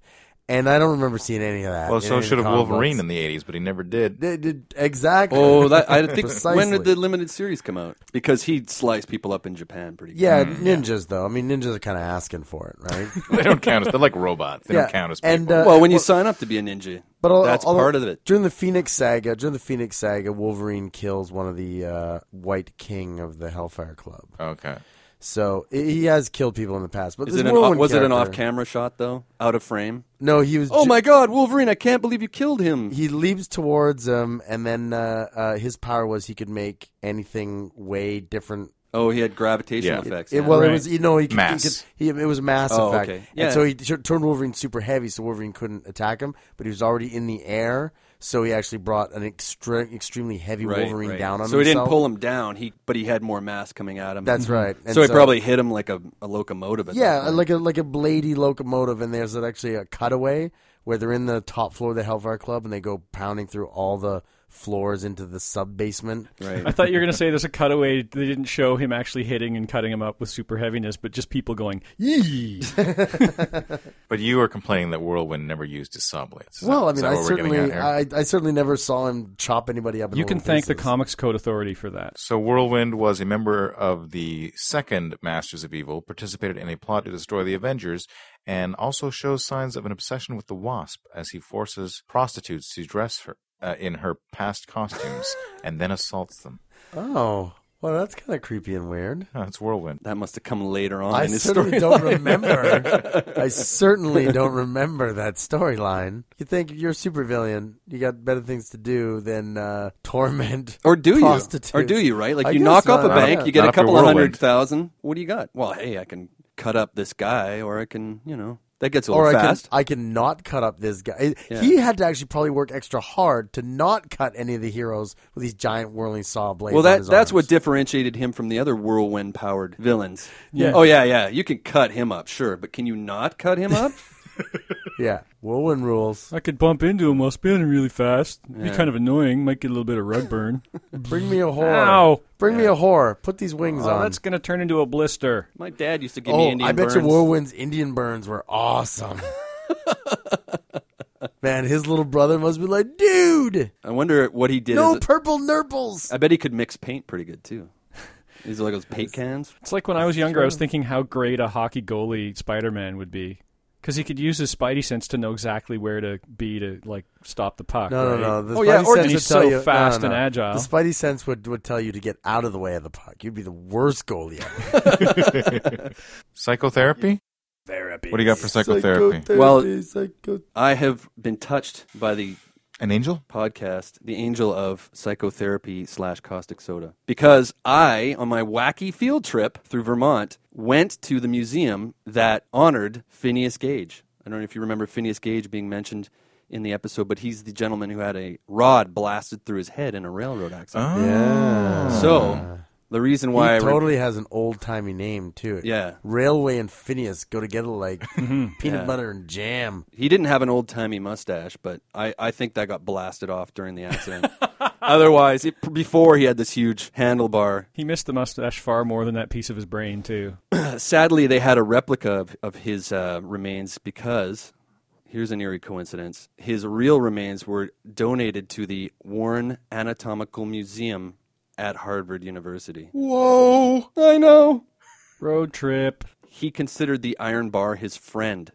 Speaker 2: And I don't remember seeing any of that.
Speaker 3: Well,
Speaker 2: in
Speaker 3: so
Speaker 2: any
Speaker 3: should have
Speaker 2: comic
Speaker 3: Wolverine
Speaker 2: books.
Speaker 3: in the 80s, but he never did.
Speaker 2: They did- Exactly.
Speaker 4: Oh, that, I think when
Speaker 2: Precisely.
Speaker 4: did the limited series come out? Because he sliced people up in Japan pretty. good.
Speaker 2: Yeah, ninjas though. I mean, ninjas are kind of asking for it, right?
Speaker 3: they don't count as. They're like robots. They
Speaker 2: Yeah,
Speaker 3: don't count as people.
Speaker 2: and, uh,
Speaker 4: Well, when you sign up to be a ninja,
Speaker 2: But al-
Speaker 4: that's
Speaker 2: although-
Speaker 4: part of it.
Speaker 2: During the Phoenix Saga, during the Phoenix Saga, Wolverine kills one of the uh, White King of the Hellfire Club.
Speaker 3: okay.
Speaker 2: So i- he has killed people in the past. But
Speaker 4: Is
Speaker 2: this
Speaker 4: it an, o-
Speaker 2: Whirlwind
Speaker 4: was it an
Speaker 2: character-
Speaker 4: off-camera shot though, out of frame?
Speaker 2: No, he was.
Speaker 4: Oh
Speaker 2: ju-
Speaker 4: my God, Wolverine! I can't believe you killed him.
Speaker 2: He leaps towards him, and then uh, uh, his power was he could make anything way different.
Speaker 4: oh, he had gravitational
Speaker 3: Yeah.
Speaker 4: effects.
Speaker 2: It,
Speaker 4: yeah.
Speaker 2: well, it
Speaker 5: Right.
Speaker 2: was you know he could,
Speaker 3: Mass.
Speaker 2: He, could, he it was a mass
Speaker 4: Oh,
Speaker 2: effect,
Speaker 4: okay.
Speaker 2: and
Speaker 4: Yeah.
Speaker 2: so he t- turned Wolverine super heavy, so Wolverine couldn't attack him. But he was already in the air, So he actually brought an extre- extremely heavy
Speaker 4: Right,
Speaker 2: Wolverine
Speaker 4: right.
Speaker 2: down on
Speaker 4: so
Speaker 2: himself.
Speaker 4: he didn't pull him down. He but he had more mass coming at him.
Speaker 5: Mm-hmm.
Speaker 2: That's right. And
Speaker 4: so he probably hit him like a, a locomotive. At that
Speaker 2: yeah,
Speaker 4: point.
Speaker 2: like a like a bladey locomotive, and there's actually a cutaway where they're in the top floor of the Hellfire Club, and they go pounding through all the floors into the sub basement.
Speaker 5: I thought you were going to say there's a cutaway. They didn't show him actually hitting and cutting him up with super heaviness, but just people going, yee.
Speaker 3: But you were complaining that Whirlwind never used his saw blades. Is that-
Speaker 2: Well, I
Speaker 3: is
Speaker 2: mean,
Speaker 3: that
Speaker 2: I
Speaker 3: what we're getting
Speaker 2: certainly,
Speaker 3: at here?
Speaker 2: I, I certainly never saw him chop anybody up. in
Speaker 5: You can
Speaker 2: little
Speaker 5: thank the
Speaker 2: pieces.
Speaker 5: Comics Code Authority for that.
Speaker 3: So Whirlwind was a member of the second Masters of Evil, participated in a plot to destroy the Avengers, and also shows signs of an obsession with the Wasp as he forces prostitutes to dress her uh, in her past costumes and then assaults them.
Speaker 2: Oh, well, that's kind of creepy and weird.
Speaker 3: No, it's Whirlwind.
Speaker 4: that must have come later on
Speaker 2: I
Speaker 4: in his
Speaker 2: certainly
Speaker 4: story.
Speaker 2: don't remember. I certainly don't remember that storyline. You think you're a supervillain? You got better things to do than uh, torment
Speaker 4: Or do you?
Speaker 2: prostitutes.
Speaker 4: Or do you? Right? Like
Speaker 2: I
Speaker 4: you
Speaker 2: guess
Speaker 4: knock up a
Speaker 2: not.
Speaker 4: bank,
Speaker 2: Yeah.
Speaker 4: you get
Speaker 3: Not
Speaker 4: a
Speaker 3: if you're
Speaker 4: couple of
Speaker 3: Whirlwind.
Speaker 4: hundred thousand. What do you got? Well, hey, I can cut up this guy, or I can, you know, that gets a little
Speaker 2: Or I can,
Speaker 4: fast.
Speaker 2: I can not cut up this guy. He had to actually probably work extra hard to not cut any of the heroes with these giant whirling saw blades.
Speaker 4: well,
Speaker 2: on
Speaker 4: that
Speaker 2: his
Speaker 4: that's
Speaker 2: arms.
Speaker 4: what differentiated him from the other whirlwind-powered villains.
Speaker 5: Yeah.
Speaker 4: Oh yeah, yeah. You can cut him up, sure, but can you not cut him up?
Speaker 2: yeah, Whirlwind rules.
Speaker 5: I could bump into him while spinning really fast. Be kind of annoying. Might get a little bit of rug burn.
Speaker 2: Bring me a whore.
Speaker 5: Ow.
Speaker 2: Bring me a whore. Put these wings
Speaker 5: oh,
Speaker 2: on.
Speaker 5: that's going to turn into a blister.
Speaker 4: My dad used to give me
Speaker 2: Oh,
Speaker 4: Indian
Speaker 2: I bet you
Speaker 4: burns.
Speaker 2: Whirlwind's Indian burns were awesome. Man, his little brother must be like, dude,
Speaker 4: I wonder what he did. as
Speaker 2: no
Speaker 4: a-
Speaker 2: purple nurples.
Speaker 4: I bet he could mix paint pretty good too. These are like those paint cans.
Speaker 5: It's like when I was younger, I was thinking how great a hockey goalie Spider Man would be. Because he could use his spidey sense to know exactly where to be to like stop the puck.
Speaker 2: No,
Speaker 5: right?
Speaker 2: no, no. The
Speaker 4: Oh, yeah,
Speaker 2: Spidey
Speaker 4: or
Speaker 2: sense
Speaker 5: just
Speaker 2: would tell
Speaker 5: so
Speaker 2: you, no,
Speaker 5: fast
Speaker 2: no,
Speaker 5: and
Speaker 2: no.
Speaker 5: agile.
Speaker 2: The Spidey sense would, would tell you to get out of the way of the puck. You'd be the worst goalie ever.
Speaker 3: Psychotherapy?
Speaker 5: Therapy.
Speaker 3: What do you got for psychotherapy?
Speaker 4: Well-
Speaker 2: psycho-
Speaker 4: I have been touched by the
Speaker 3: An angel?
Speaker 4: podcast, the angel of psychotherapy slash caustic soda, because I, on my wacky field trip through Vermont, went to the museum that honored Phineas Gage. I don't know if you remember Phineas Gage being mentioned in the episode, but he's the gentleman who had a rod blasted through his head in a railroad accident.
Speaker 2: yeah.
Speaker 4: So the reason why I
Speaker 2: Ah. he
Speaker 4: re-
Speaker 2: totally has an old timey name too.
Speaker 4: Yeah.
Speaker 2: Railway and Phineas go together like peanut
Speaker 4: Yeah.
Speaker 2: butter and jam.
Speaker 4: He didn't have an old timey mustache, but I, I think that got blasted off during the accident. Otherwise, it, before he had this huge handlebar.
Speaker 5: He missed the mustache far more than that piece of his brain, too.
Speaker 4: Sadly, they had a replica of, of his uh, remains because here's an eerie coincidence his real remains were donated to the Warren Anatomical Museum at Harvard University.
Speaker 3: Whoa!
Speaker 4: I know.
Speaker 5: Road trip.
Speaker 4: He considered the iron bar his friend.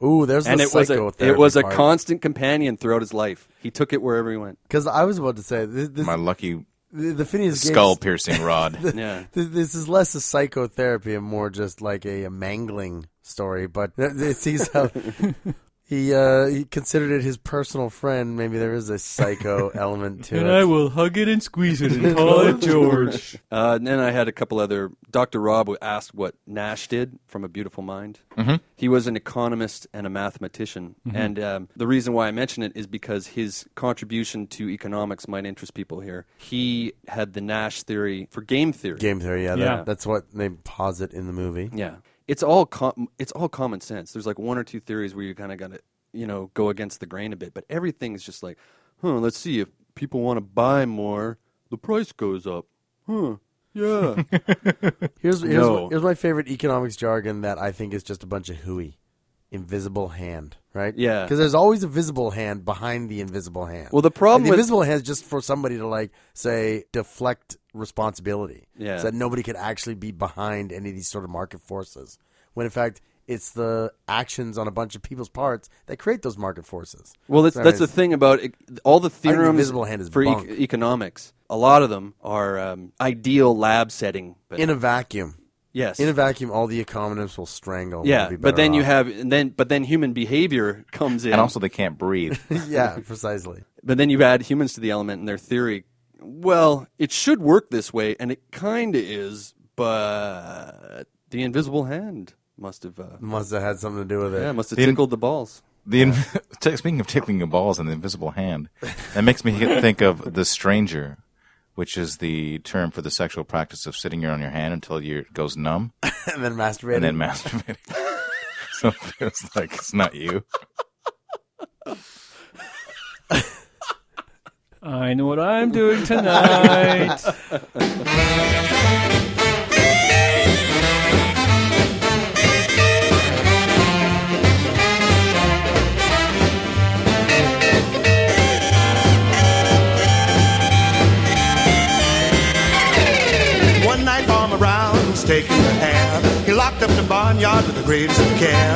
Speaker 2: Ooh, there's
Speaker 4: And
Speaker 2: the
Speaker 4: it was, a, it
Speaker 2: psychotherapy
Speaker 4: was a
Speaker 2: part.
Speaker 4: constant companion throughout his life. He took it wherever he went.
Speaker 2: Because I was about to say this, this,
Speaker 3: My lucky
Speaker 2: the the Phineas Gage-
Speaker 3: skull piercing rod.
Speaker 4: Yeah.
Speaker 2: th- This is less a psychotherapy and more just like a, a mangling story. But th- this he's how he uh, he considered it his personal friend. Maybe there is a psycho element to it.
Speaker 5: will hug it and squeeze it and call it George.
Speaker 4: Uh, and then I had a couple other. Dr. Rob asked what Nash did from A Beautiful Mind. He was an economist and a mathematician. And um, the reason why I mention it is because his contribution to economics might interest people here. He had the Nash theory for game theory.
Speaker 2: Game theory, yeah, that-
Speaker 5: Yeah.
Speaker 2: that's what they posit in the movie.
Speaker 4: Yeah, it's all com- it's all common sense. There's like one or two theories where you kind of got to you know go against the grain a bit, but everything's just like, huh? Let's see if people want to buy more, the price goes up, huh? Yeah.
Speaker 2: Here's here's,
Speaker 4: No.
Speaker 2: here's my favorite economics jargon that I think is just a bunch of hooey. Invisible hand, right?
Speaker 4: Yeah.
Speaker 2: Because there's always a visible hand behind the invisible hand.
Speaker 4: Well, the problem
Speaker 2: the
Speaker 4: with-
Speaker 2: invisible hand is just for somebody to like say deflect responsibility.
Speaker 4: Yeah.
Speaker 2: So that nobody could actually be behind any of these sort of market forces. When in fact, it's the actions on a bunch of people's parts that create those market forces.
Speaker 4: Well, that's,
Speaker 2: So
Speaker 4: that's the
Speaker 2: anyways,
Speaker 4: thing about it, all the
Speaker 2: think the
Speaker 4: theorems
Speaker 2: invisible hand is
Speaker 4: for e-
Speaker 2: bunk.
Speaker 4: economics. A lot of them are um, ideal lab setting. But
Speaker 2: in a vacuum.
Speaker 4: yes,
Speaker 2: In a vacuum, all the economists will strangle.
Speaker 4: yeah.
Speaker 2: We'll be
Speaker 4: but
Speaker 2: better
Speaker 4: then you
Speaker 2: off.
Speaker 4: have and then but then human behavior comes in.
Speaker 3: and also, they can't breathe.
Speaker 2: yeah, precisely.
Speaker 4: but then you add humans to the element and their theory. Well, it should work this way, and it kind of is, but the invisible hand must have uh,
Speaker 2: Must have had something to do with it.
Speaker 4: yeah must have
Speaker 3: The in-
Speaker 4: tickled the balls.
Speaker 3: The in- t- speaking of tickling your balls and the invisible hand, that makes me think of the stranger, which is the term for the sexual practice of sitting here on your hand until you- it goes numb
Speaker 2: and then masturbating.
Speaker 3: and then masturbating. so it feels like it's not you.
Speaker 5: I know what I'm doing tonight.
Speaker 7: One night Farmer Brown was taking a hand. He locked up the barnyard with the greatest of care.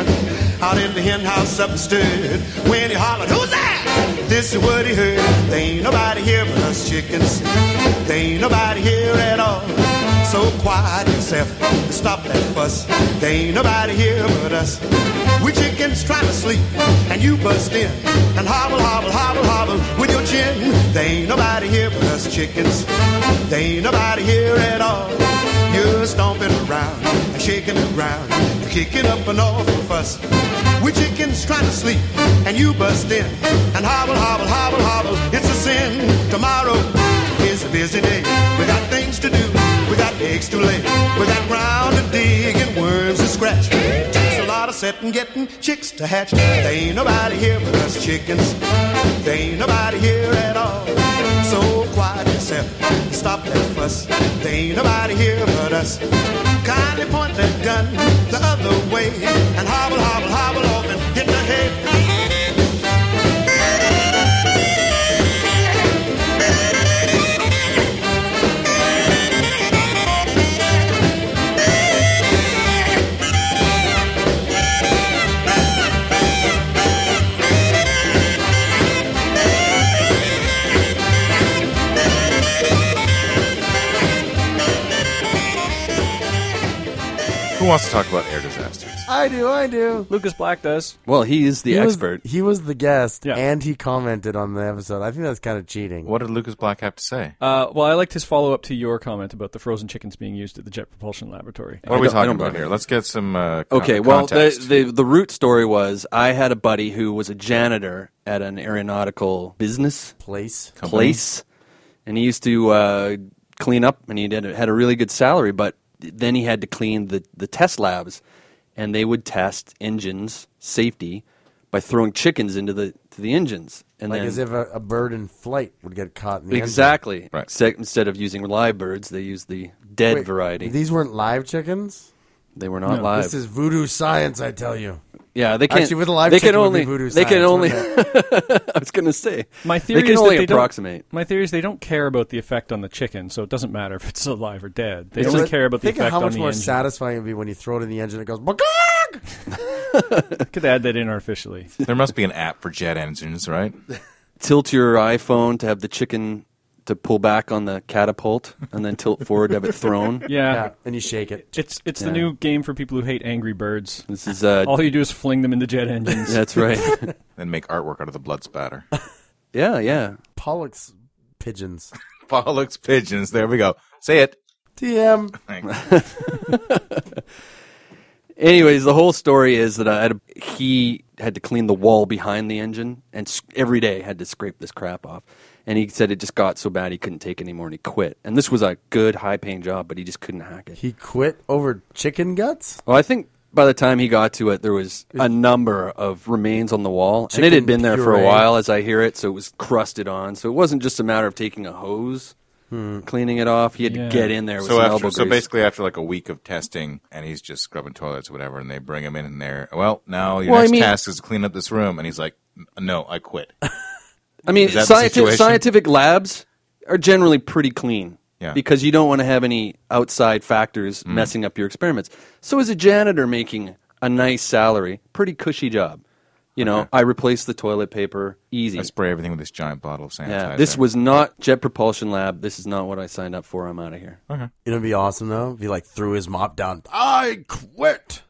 Speaker 7: Out in the hen house up the stud, when he hollered, "Who's that?" This is what he heard: "There ain't nobody here but us chickens. There ain't nobody here at all. So quiet yourself and stop that fuss. There ain't nobody here but us. We chickens trying to sleep, and you bust in and hobble, hobble, hobble, hobble with your chin. There ain't nobody here but us chickens. There ain't nobody here at all. You're stomping around and shaking the ground. You're kicking up an awful fuss. We chickens trying to sleep, and you bust in and hobble, hobble, hobble, hobble. It's a sin. Tomorrow is a busy day. We got things to do. We got eggs to lay. We got ground to dig and worms to scratch. Takes a lot of setting, getting chicks to hatch. There ain't nobody here but us chickens. There ain't nobody here at all. So quiet yourself and stop that fuss. There ain't nobody here but us. Kindly point that gun the other way and hobble, hobble, hobble off and hit the head.
Speaker 3: Who wants to talk about air disasters?
Speaker 4: Uh,
Speaker 2: I do, I do.
Speaker 5: Lucas Black does.
Speaker 4: Well, he is the
Speaker 2: he
Speaker 4: expert.
Speaker 2: Was, he was the guest,
Speaker 5: Yeah.
Speaker 2: and he commented on the episode. I think that's kind of cheating.
Speaker 3: What did Lucas Black have to say?
Speaker 5: Uh, well, I liked his follow up to your comment about the frozen chickens being used at the Jet Propulsion Laboratory.
Speaker 3: What are we
Speaker 4: don't- I
Speaker 3: talking
Speaker 4: don't
Speaker 3: about
Speaker 4: remember.
Speaker 3: here? Let's get some uh, con-
Speaker 4: Okay, well, the,
Speaker 3: context.
Speaker 4: the the root story was I had a buddy who was a janitor at an aeronautical business
Speaker 2: place?
Speaker 4: place, and he used to uh, clean up, and he did, had a really good salary. But then he had to clean the, the test labs, and they would test engines safety by throwing chickens into the to the engines, and
Speaker 2: Like
Speaker 4: then
Speaker 2: as if a, a bird in flight would get caught in the engine.
Speaker 4: exactly
Speaker 3: Right.
Speaker 4: Se- instead of using live birds, they used the dead
Speaker 2: Wait,
Speaker 4: variety.
Speaker 2: These weren't live chickens.
Speaker 4: they were not live.
Speaker 2: This is voodoo science, I tell you.
Speaker 4: yeah, they can't.
Speaker 2: Actually, with a live
Speaker 4: they can
Speaker 2: chicken would be
Speaker 4: only.
Speaker 2: voodoo
Speaker 4: they can
Speaker 2: science,
Speaker 4: only.
Speaker 2: wouldn't
Speaker 4: I was going to say
Speaker 5: My theory
Speaker 4: they can
Speaker 5: is
Speaker 4: only
Speaker 5: that they
Speaker 4: approximate.
Speaker 5: Don't, my theory is they don't care about the effect on the chicken, so it doesn't matter if it's alive or dead. They
Speaker 2: You know
Speaker 5: only
Speaker 2: what?
Speaker 5: care about the
Speaker 2: Think of
Speaker 5: effect
Speaker 2: how
Speaker 5: on
Speaker 2: much
Speaker 5: the
Speaker 2: more
Speaker 5: engine.
Speaker 2: satisfying it would be when you throw it in the engine and it goes, "Bagog!"
Speaker 5: Could add that in artificially.
Speaker 3: there must be an app for jet engines, right?
Speaker 4: Tilt your iPhone to have the chicken to pull back on the catapult, and then tilt forward to have it thrown.
Speaker 5: Yeah.
Speaker 2: yeah, and you shake it.
Speaker 5: It's it's
Speaker 4: Yeah.
Speaker 5: the new game for people who hate Angry Birds.
Speaker 4: This is uh,
Speaker 5: All you do is fling them into jet engines.
Speaker 4: that's right.
Speaker 3: and make artwork out of the blood spatter.
Speaker 4: yeah, yeah.
Speaker 2: Pollock's pigeons.
Speaker 3: Pollux pigeons. There we go. Say it.
Speaker 2: TM.
Speaker 3: Thanks.
Speaker 4: Anyways, the whole story is that I had a, he had to clean the wall behind the engine, and s- every day had to scrape this crap off. And he said it just got so bad he couldn't take it anymore, and he quit. And this was a good, high-paying job, but he just couldn't hack it.
Speaker 2: He quit over chicken guts.
Speaker 4: Well, I think by the time he got to it, there was a number of remains on the wall, and it
Speaker 2: Chicken
Speaker 4: had been there for a
Speaker 2: puree.
Speaker 4: while, as I hear it. So it was crusted on. So it wasn't just a matter of taking a hose,
Speaker 2: Hmm.
Speaker 4: cleaning it off. He had
Speaker 5: Yeah.
Speaker 4: to get in there with
Speaker 3: so
Speaker 4: some
Speaker 3: after,
Speaker 4: elbow
Speaker 3: so
Speaker 4: grease.
Speaker 3: basically after like a week of testing, and he's just scrubbing toilets or whatever, and they bring him in and they're well, now your
Speaker 4: Well, I
Speaker 3: next
Speaker 4: mean-
Speaker 3: task is to clean up this room, and he's like, "N- no, I quit.
Speaker 4: I mean,
Speaker 3: Is that the
Speaker 4: scientific,
Speaker 3: situation?
Speaker 4: scientific labs are generally pretty clean
Speaker 3: Yeah. Hmm.
Speaker 4: because you don't want to have any outside factors messing up your experiments. So, as a janitor making a nice salary, pretty cushy job. You know, I replaced the toilet paper easy.
Speaker 3: I spray everything with this giant bottle of sanitizer.
Speaker 4: Yeah, this was not Jet Propulsion Lab. This is not what I signed up for. I'm out of here.
Speaker 2: It'd be awesome though if he like threw his mop down. I quit.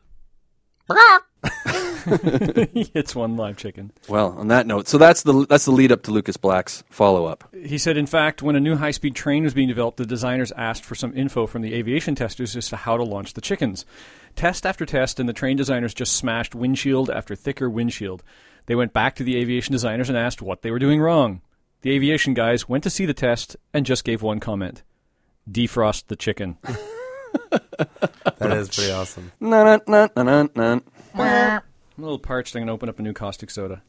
Speaker 5: he hits one live chicken.
Speaker 4: Well, on that note, so that's the that's the lead up to Lucas Black's follow up.
Speaker 5: He said, in fact, when a new high speed train was being developed, the designers asked for some info from the aviation testers as to how to launch the chickens. Test after test, and the train designers just smashed windshield after thicker windshield. They went back to the aviation designers and asked what they were doing wrong. The aviation guys went to see the test and just gave one comment defrost the chicken.
Speaker 2: That is pretty awesome.
Speaker 4: Na na na na na.
Speaker 5: I'm a little parched. I'm going to open up a new caustic soda.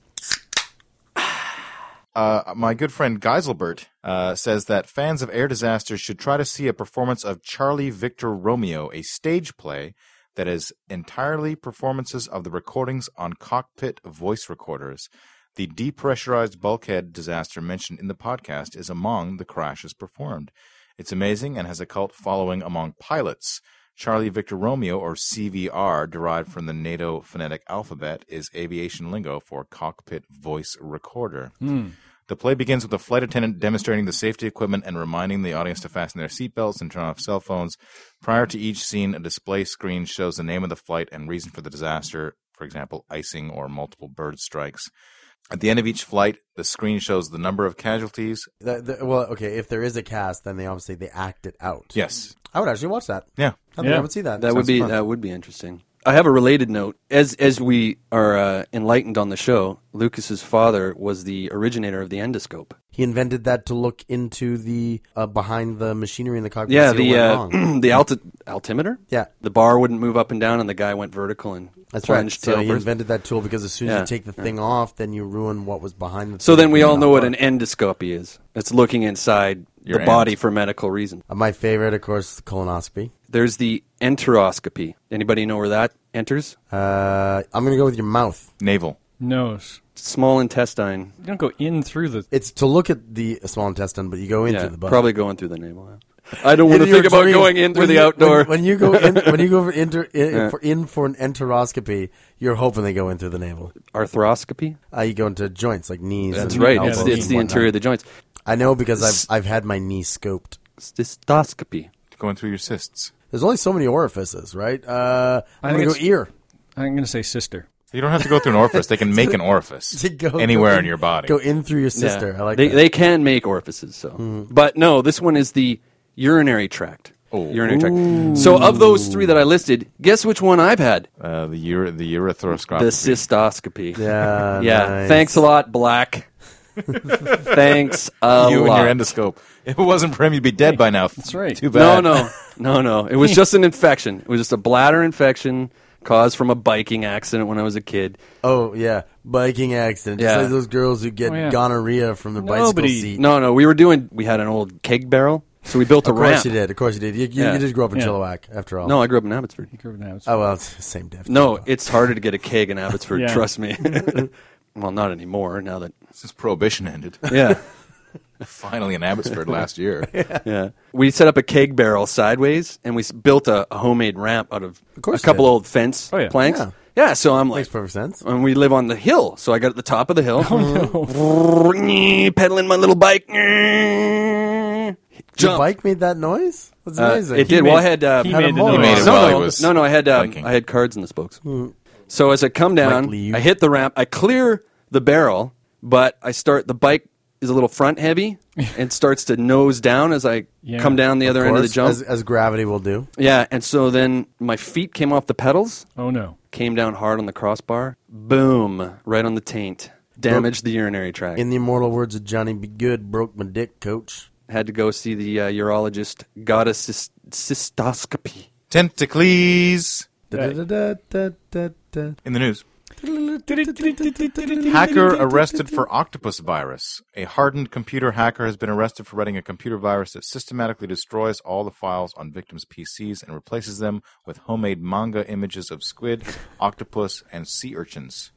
Speaker 3: Uh, my good friend Geiselbert uh, says that fans of Air Disasters should try to see a performance of Charlie Victor Romeo, a stage play that is entirely performances of the recordings on cockpit voice recorders. The depressurized bulkhead disaster mentioned in the podcast is among the crashes performed. It's amazing and has a cult following among pilots. Charlie Victor Romeo, or CVR, derived from the NATO phonetic alphabet, is aviation lingo for cockpit voice recorder. The play begins with a flight attendant demonstrating the safety equipment and reminding the audience to fasten their seatbelts and turn off cell phones. Prior to each scene, a display screen shows the name of the flight and reason for the disaster, for example, icing or multiple bird strikes. At the end of each flight, the screen shows the number of casualties.
Speaker 2: That, that- well, okay, if there is a cast, then they obviously they act it out.
Speaker 3: Yes.
Speaker 2: I would actually watch that.
Speaker 3: Yeah.
Speaker 2: I, think I would see that.
Speaker 4: That would be that would be interesting. I have a related note. As as we are uh, enlightened on the show, Lucas's father was the originator of the endoscope.
Speaker 2: he invented that to look into the uh, behind the machinery in the cockpit.
Speaker 4: Yeah,
Speaker 2: and see what
Speaker 4: the uh,
Speaker 2: went wrong.
Speaker 4: the alti- altimeter.
Speaker 2: Yeah.
Speaker 4: the bar wouldn't move up and down, and the guy went vertical and
Speaker 2: That's right.
Speaker 4: plunged
Speaker 2: So
Speaker 4: tail
Speaker 2: he
Speaker 4: first.
Speaker 2: invented that tool because as soon as
Speaker 4: Yeah.
Speaker 2: you take the thing off, then you ruin what was behind the.
Speaker 4: So
Speaker 2: thing.
Speaker 4: then we all know what
Speaker 2: Uh,
Speaker 4: an endoscopy is. It's looking inside
Speaker 3: Your
Speaker 4: the
Speaker 3: end.
Speaker 4: body for medical reason.
Speaker 2: My favorite, of course, colonoscopy.
Speaker 4: There's the enteroscopy. Anybody know where that enters?
Speaker 2: Uh, I'm gonna go with your mouth.
Speaker 3: Naval.
Speaker 5: Nose.
Speaker 4: Small intestine.
Speaker 5: You don't go in through the.
Speaker 2: It's to look at the small intestine, but you go into
Speaker 4: Yeah,
Speaker 2: the butt.
Speaker 4: probably going through the navel. I don't
Speaker 2: In
Speaker 4: want to
Speaker 2: your
Speaker 4: think about
Speaker 2: dreams.
Speaker 4: going in through
Speaker 2: When
Speaker 4: the
Speaker 2: you-
Speaker 4: outdoor.
Speaker 2: When, when you go in, when you go for, inter, in, for in for an enteroscopy, you're hoping they go in through the navel.
Speaker 4: Arthroscopy.
Speaker 2: Uh, you go into joints like knees.
Speaker 4: That's
Speaker 2: and
Speaker 4: right.
Speaker 2: elbows
Speaker 4: It's,
Speaker 2: Mm,
Speaker 4: it's
Speaker 2: and
Speaker 4: the
Speaker 2: whatnot.
Speaker 4: interior of the joints.
Speaker 2: I know because I've I've had my knee scoped.
Speaker 4: Cystoscopy.
Speaker 3: Going through your cysts.
Speaker 2: There's only so many orifices, right? Uh, I'm
Speaker 5: I
Speaker 2: gonna
Speaker 5: think
Speaker 2: go
Speaker 5: it's-
Speaker 2: ear.
Speaker 5: I'm going to say sister.
Speaker 3: You don't have to go through an orifice. They can make an orifice
Speaker 2: To go-
Speaker 3: anywhere
Speaker 2: go
Speaker 3: in your body.
Speaker 2: Go in through your sister.
Speaker 4: Yeah.
Speaker 2: I like
Speaker 4: they,
Speaker 2: that. Mm-hmm.
Speaker 4: they can make orifices, so. But no, this one is the urinary tract.
Speaker 3: Oh.
Speaker 4: Urinary tract. So of those three that I listed, guess which one I've had?
Speaker 3: Uh, the ure- the urethroscopy.
Speaker 4: The cystoscopy.
Speaker 2: yeah.
Speaker 4: Yeah.
Speaker 2: nice.
Speaker 4: Thanks a lot, Black. Thanks a
Speaker 3: you
Speaker 4: lot.
Speaker 3: and your endoscope. If it wasn't for him, you'd be dead by now. That's
Speaker 5: right.
Speaker 3: Too bad.
Speaker 4: No, no, no, no. It was just an infection. It was just a bladder infection caused from a biking accident when I was a kid.
Speaker 2: Oh yeah, biking accident. Just
Speaker 4: Yeah.
Speaker 2: like those girls who get
Speaker 5: Oh, yeah.
Speaker 2: gonorrhea from the bicycle
Speaker 5: Nobody-
Speaker 2: seat.
Speaker 4: No, no. We were doing. We had an old keg barrel, so we built a
Speaker 2: of course
Speaker 4: ramp.
Speaker 2: you did. Of course you did. You, you,
Speaker 4: Yeah.
Speaker 2: you did grow up in
Speaker 5: Yeah.
Speaker 2: Chilliwack, after all.
Speaker 4: No, I grew up in Abbotsford. Uh,
Speaker 2: Oh well, it's the same diff.
Speaker 4: No, it's harder to get a keg in Abbotsford.
Speaker 5: Yeah.
Speaker 4: Trust me. well, not anymore. Now that
Speaker 3: Since prohibition ended,
Speaker 4: yeah,
Speaker 3: finally in Abbotsford last year.
Speaker 4: yeah. We set up a keg barrel sideways, and we s- built a, a homemade ramp out of,
Speaker 2: course
Speaker 4: a couple
Speaker 2: you did.
Speaker 4: old fence
Speaker 5: Oh, yeah.
Speaker 4: planks.
Speaker 2: Yeah.
Speaker 4: Yeah. So I'm like,
Speaker 2: makes perfect sense.
Speaker 4: and we live on the hill. So I got at the top of the hill,
Speaker 3: Oh,
Speaker 4: pedaling my little bike.
Speaker 2: Your
Speaker 4: Jump.
Speaker 2: bike made that noise. That's
Speaker 4: Uh,
Speaker 2: amazing.
Speaker 4: it did. well, I
Speaker 5: made-
Speaker 4: had. Uh,
Speaker 5: he
Speaker 2: had a
Speaker 5: made the
Speaker 2: mole.
Speaker 5: noise.
Speaker 2: He made
Speaker 3: it
Speaker 4: no,
Speaker 3: while he
Speaker 4: no,
Speaker 3: was
Speaker 4: no, no. I had. Um,
Speaker 3: biking.
Speaker 4: I had cards in the spokes.
Speaker 2: Mm.
Speaker 4: So as I come down,
Speaker 2: Like Liu.
Speaker 4: I hit the ramp. I clear the barrel, but I start. The bike is a little front heavy and starts to nose down as I
Speaker 5: Yeah.
Speaker 4: come down the other
Speaker 2: Of
Speaker 4: end of the
Speaker 2: course,
Speaker 4: jump.
Speaker 2: as, as gravity will do.
Speaker 4: yeah, and so then my feet came off the pedals,
Speaker 5: Oh, no.
Speaker 4: came down hard on the crossbar. Boom! Right on the taint. Damaged the urinary tract.
Speaker 2: In the immortal words of Johnny B. Good, broke my dick, coach.
Speaker 4: had to go see the uh, urologist. Got a cyst- cystoscopy.
Speaker 3: Tentacles
Speaker 2: Da-da-da-da-da-da.
Speaker 3: in the news. Hacker arrested for octopus virus. A hardened computer hacker has been arrested for writing a computer virus that systematically destroys all the files on victims' PCs and replaces them with homemade manga images of squid, octopus, and sea urchins.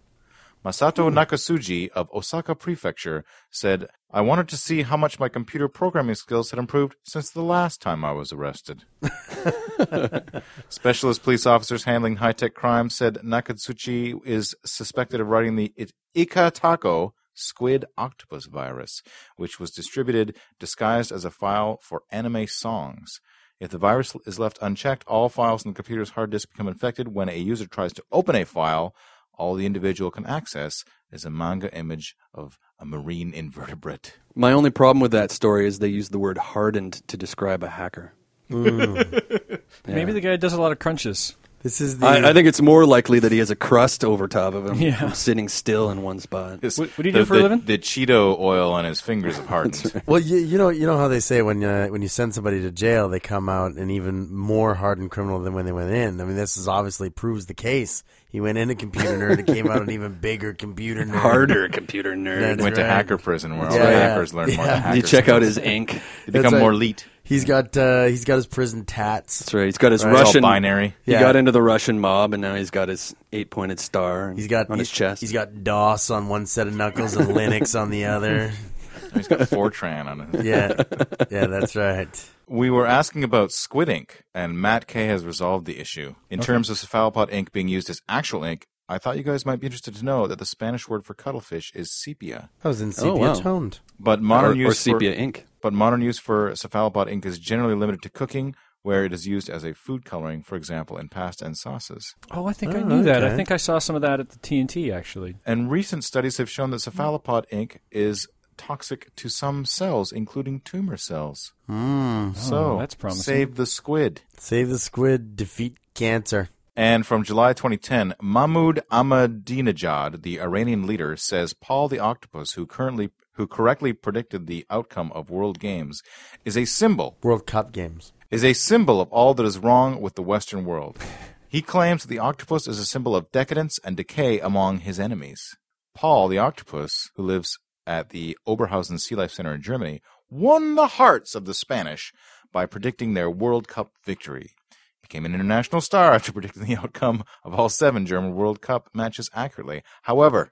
Speaker 3: Masato Nakasuji of Osaka Prefecture said, I wanted to see how much my computer programming skills had improved since the last time I was arrested. Specialist police officers handling high tech crime said Nakatsuchi is suspected of writing the it- Ikatako squid octopus virus, which was distributed disguised as a file for anime songs. If the virus is left unchecked, all files on the computer's hard disk become infected. When a user tries to open a file, all the individual can access is a manga image of a marine invertebrate.
Speaker 4: My only problem with that story is they use the word hardened to describe a hacker.
Speaker 5: Maybe the guy does a lot of crunches.
Speaker 2: This is the.
Speaker 4: I, I think it's more likely that he has a crust over top of him, from sitting still in one spot.
Speaker 3: This-
Speaker 5: What- what do you
Speaker 3: the-
Speaker 5: do for a
Speaker 3: the-
Speaker 5: living?
Speaker 3: The Cheeto oil on his fingers have hardened.
Speaker 2: well, you, you know, you know how they say when uh, when you send somebody to jail, they come out an even more hardened criminal than when they went in. I mean, this is obviously proves the case. He went in a computer nerd and came out an even bigger computer nerd.
Speaker 4: Harder, computer nerd.
Speaker 2: That's
Speaker 3: Went to
Speaker 2: right.
Speaker 3: hacker prison where all
Speaker 2: Yeah.
Speaker 3: the hackers learn more. Than
Speaker 2: Yeah.
Speaker 3: hackers
Speaker 4: you check out his ink.
Speaker 3: They
Speaker 2: That's
Speaker 3: become
Speaker 2: right.
Speaker 3: more elite.
Speaker 2: He's got uh, he's got his prison tats.
Speaker 4: That's right. He's got his
Speaker 3: It's all
Speaker 4: Russian.
Speaker 3: binary.
Speaker 4: He
Speaker 2: Yeah.
Speaker 4: got into the Russian mob, and now he's got his eight-pointed star.
Speaker 2: He's got
Speaker 4: on his
Speaker 2: he's-
Speaker 4: chest.
Speaker 2: He's got DOS on one set of knuckles and Linux on the other.
Speaker 3: He's got Fortran on it.
Speaker 2: Yeah, yeah, that's right.
Speaker 3: We were asking about squid ink, and Matt K has resolved the issue. In terms of cephalopod ink being used as actual ink, I thought you guys might be interested to know that the Spanish word for cuttlefish is sepia.
Speaker 2: That was in
Speaker 4: Oh,
Speaker 2: sepia
Speaker 4: wow.
Speaker 2: toned.
Speaker 3: But
Speaker 4: or,
Speaker 3: modern
Speaker 4: or
Speaker 3: use
Speaker 4: sepia
Speaker 3: for,
Speaker 4: ink.
Speaker 3: but modern use for cephalopod ink is generally limited to cooking, where it is used as a food coloring, for example, in pasta and sauces.
Speaker 5: Oh, I think I
Speaker 2: Oh,
Speaker 5: knew that. I
Speaker 2: okay.
Speaker 5: think I saw some of that at the TNT actually.
Speaker 3: And recent studies have shown that
Speaker 5: Hmm.
Speaker 3: cephalopod ink is toxic to some cells, including tumor cells. so
Speaker 5: Hmm. Oh, that's promising.
Speaker 3: Save the squid.
Speaker 2: Save the squid, defeat cancer.
Speaker 3: And from July 2010, Mahmoud Ahmadinejad, the Iranian leader, says Paul the Octopus, who currently who correctly predicted the outcome of World Games, is a symbol
Speaker 2: World Cup games.
Speaker 3: is a symbol of all that is wrong with the Western world. He claims that the octopus is a symbol of decadence and decay among his enemies. Paul the octopus, who lives at the Oberhausen Sea Life Center in Germany, won the hearts of the Spanish by predicting their World Cup victory. He Became an international star after predicting the outcome of all seven German World Cup matches accurately. However,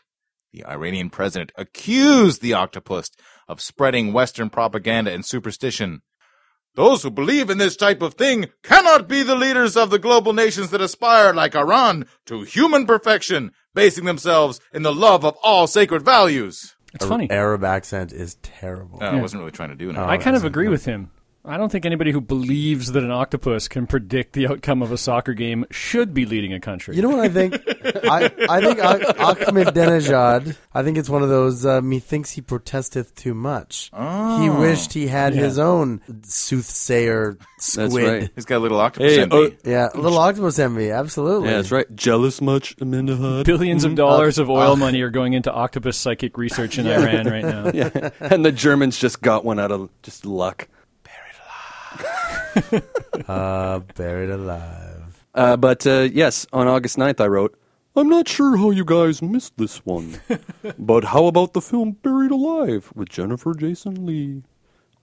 Speaker 3: the Iranian president accused the octopus of spreading Western propaganda and superstition. Those who believe in this type of thing cannot be the leaders of the global nations that aspire, like Iran, to human perfection, basing themselves in the love of all sacred values.
Speaker 5: It's funny.
Speaker 2: Arab accent is terrible.
Speaker 3: Uh, I wasn't really trying to do
Speaker 5: I
Speaker 3: anything.
Speaker 5: kind of agree with him. I don't think anybody who believes that an octopus can predict the outcome of a soccer game should be leading a country.
Speaker 2: You know what I think? I, I think Ah- Ahmadinejad. I think it's one of those. Uh, Methinks he protesteth too much. He
Speaker 3: Oh.
Speaker 2: wished he had his own soothsayer squid.
Speaker 4: right.
Speaker 3: He's got a little octopus
Speaker 4: Hey,
Speaker 3: in me.
Speaker 4: oh-
Speaker 2: Yeah, little octopus envy. Absolutely.
Speaker 4: Yeah, that's right. Jealous much, Amanda Hud?
Speaker 5: Billions
Speaker 2: mm-hmm.
Speaker 5: of
Speaker 2: Uh,
Speaker 5: dollars of oil money are going into octopus psychic research in Iran right now.
Speaker 4: yeah. And the Germans just got one out of just luck.
Speaker 2: Uh, buried alive.
Speaker 4: Uh, but uh, yes, on August 9th, I wrote, I'm not sure how you guys missed this one, but how about the film Buried Alive with Jennifer Jason Lee?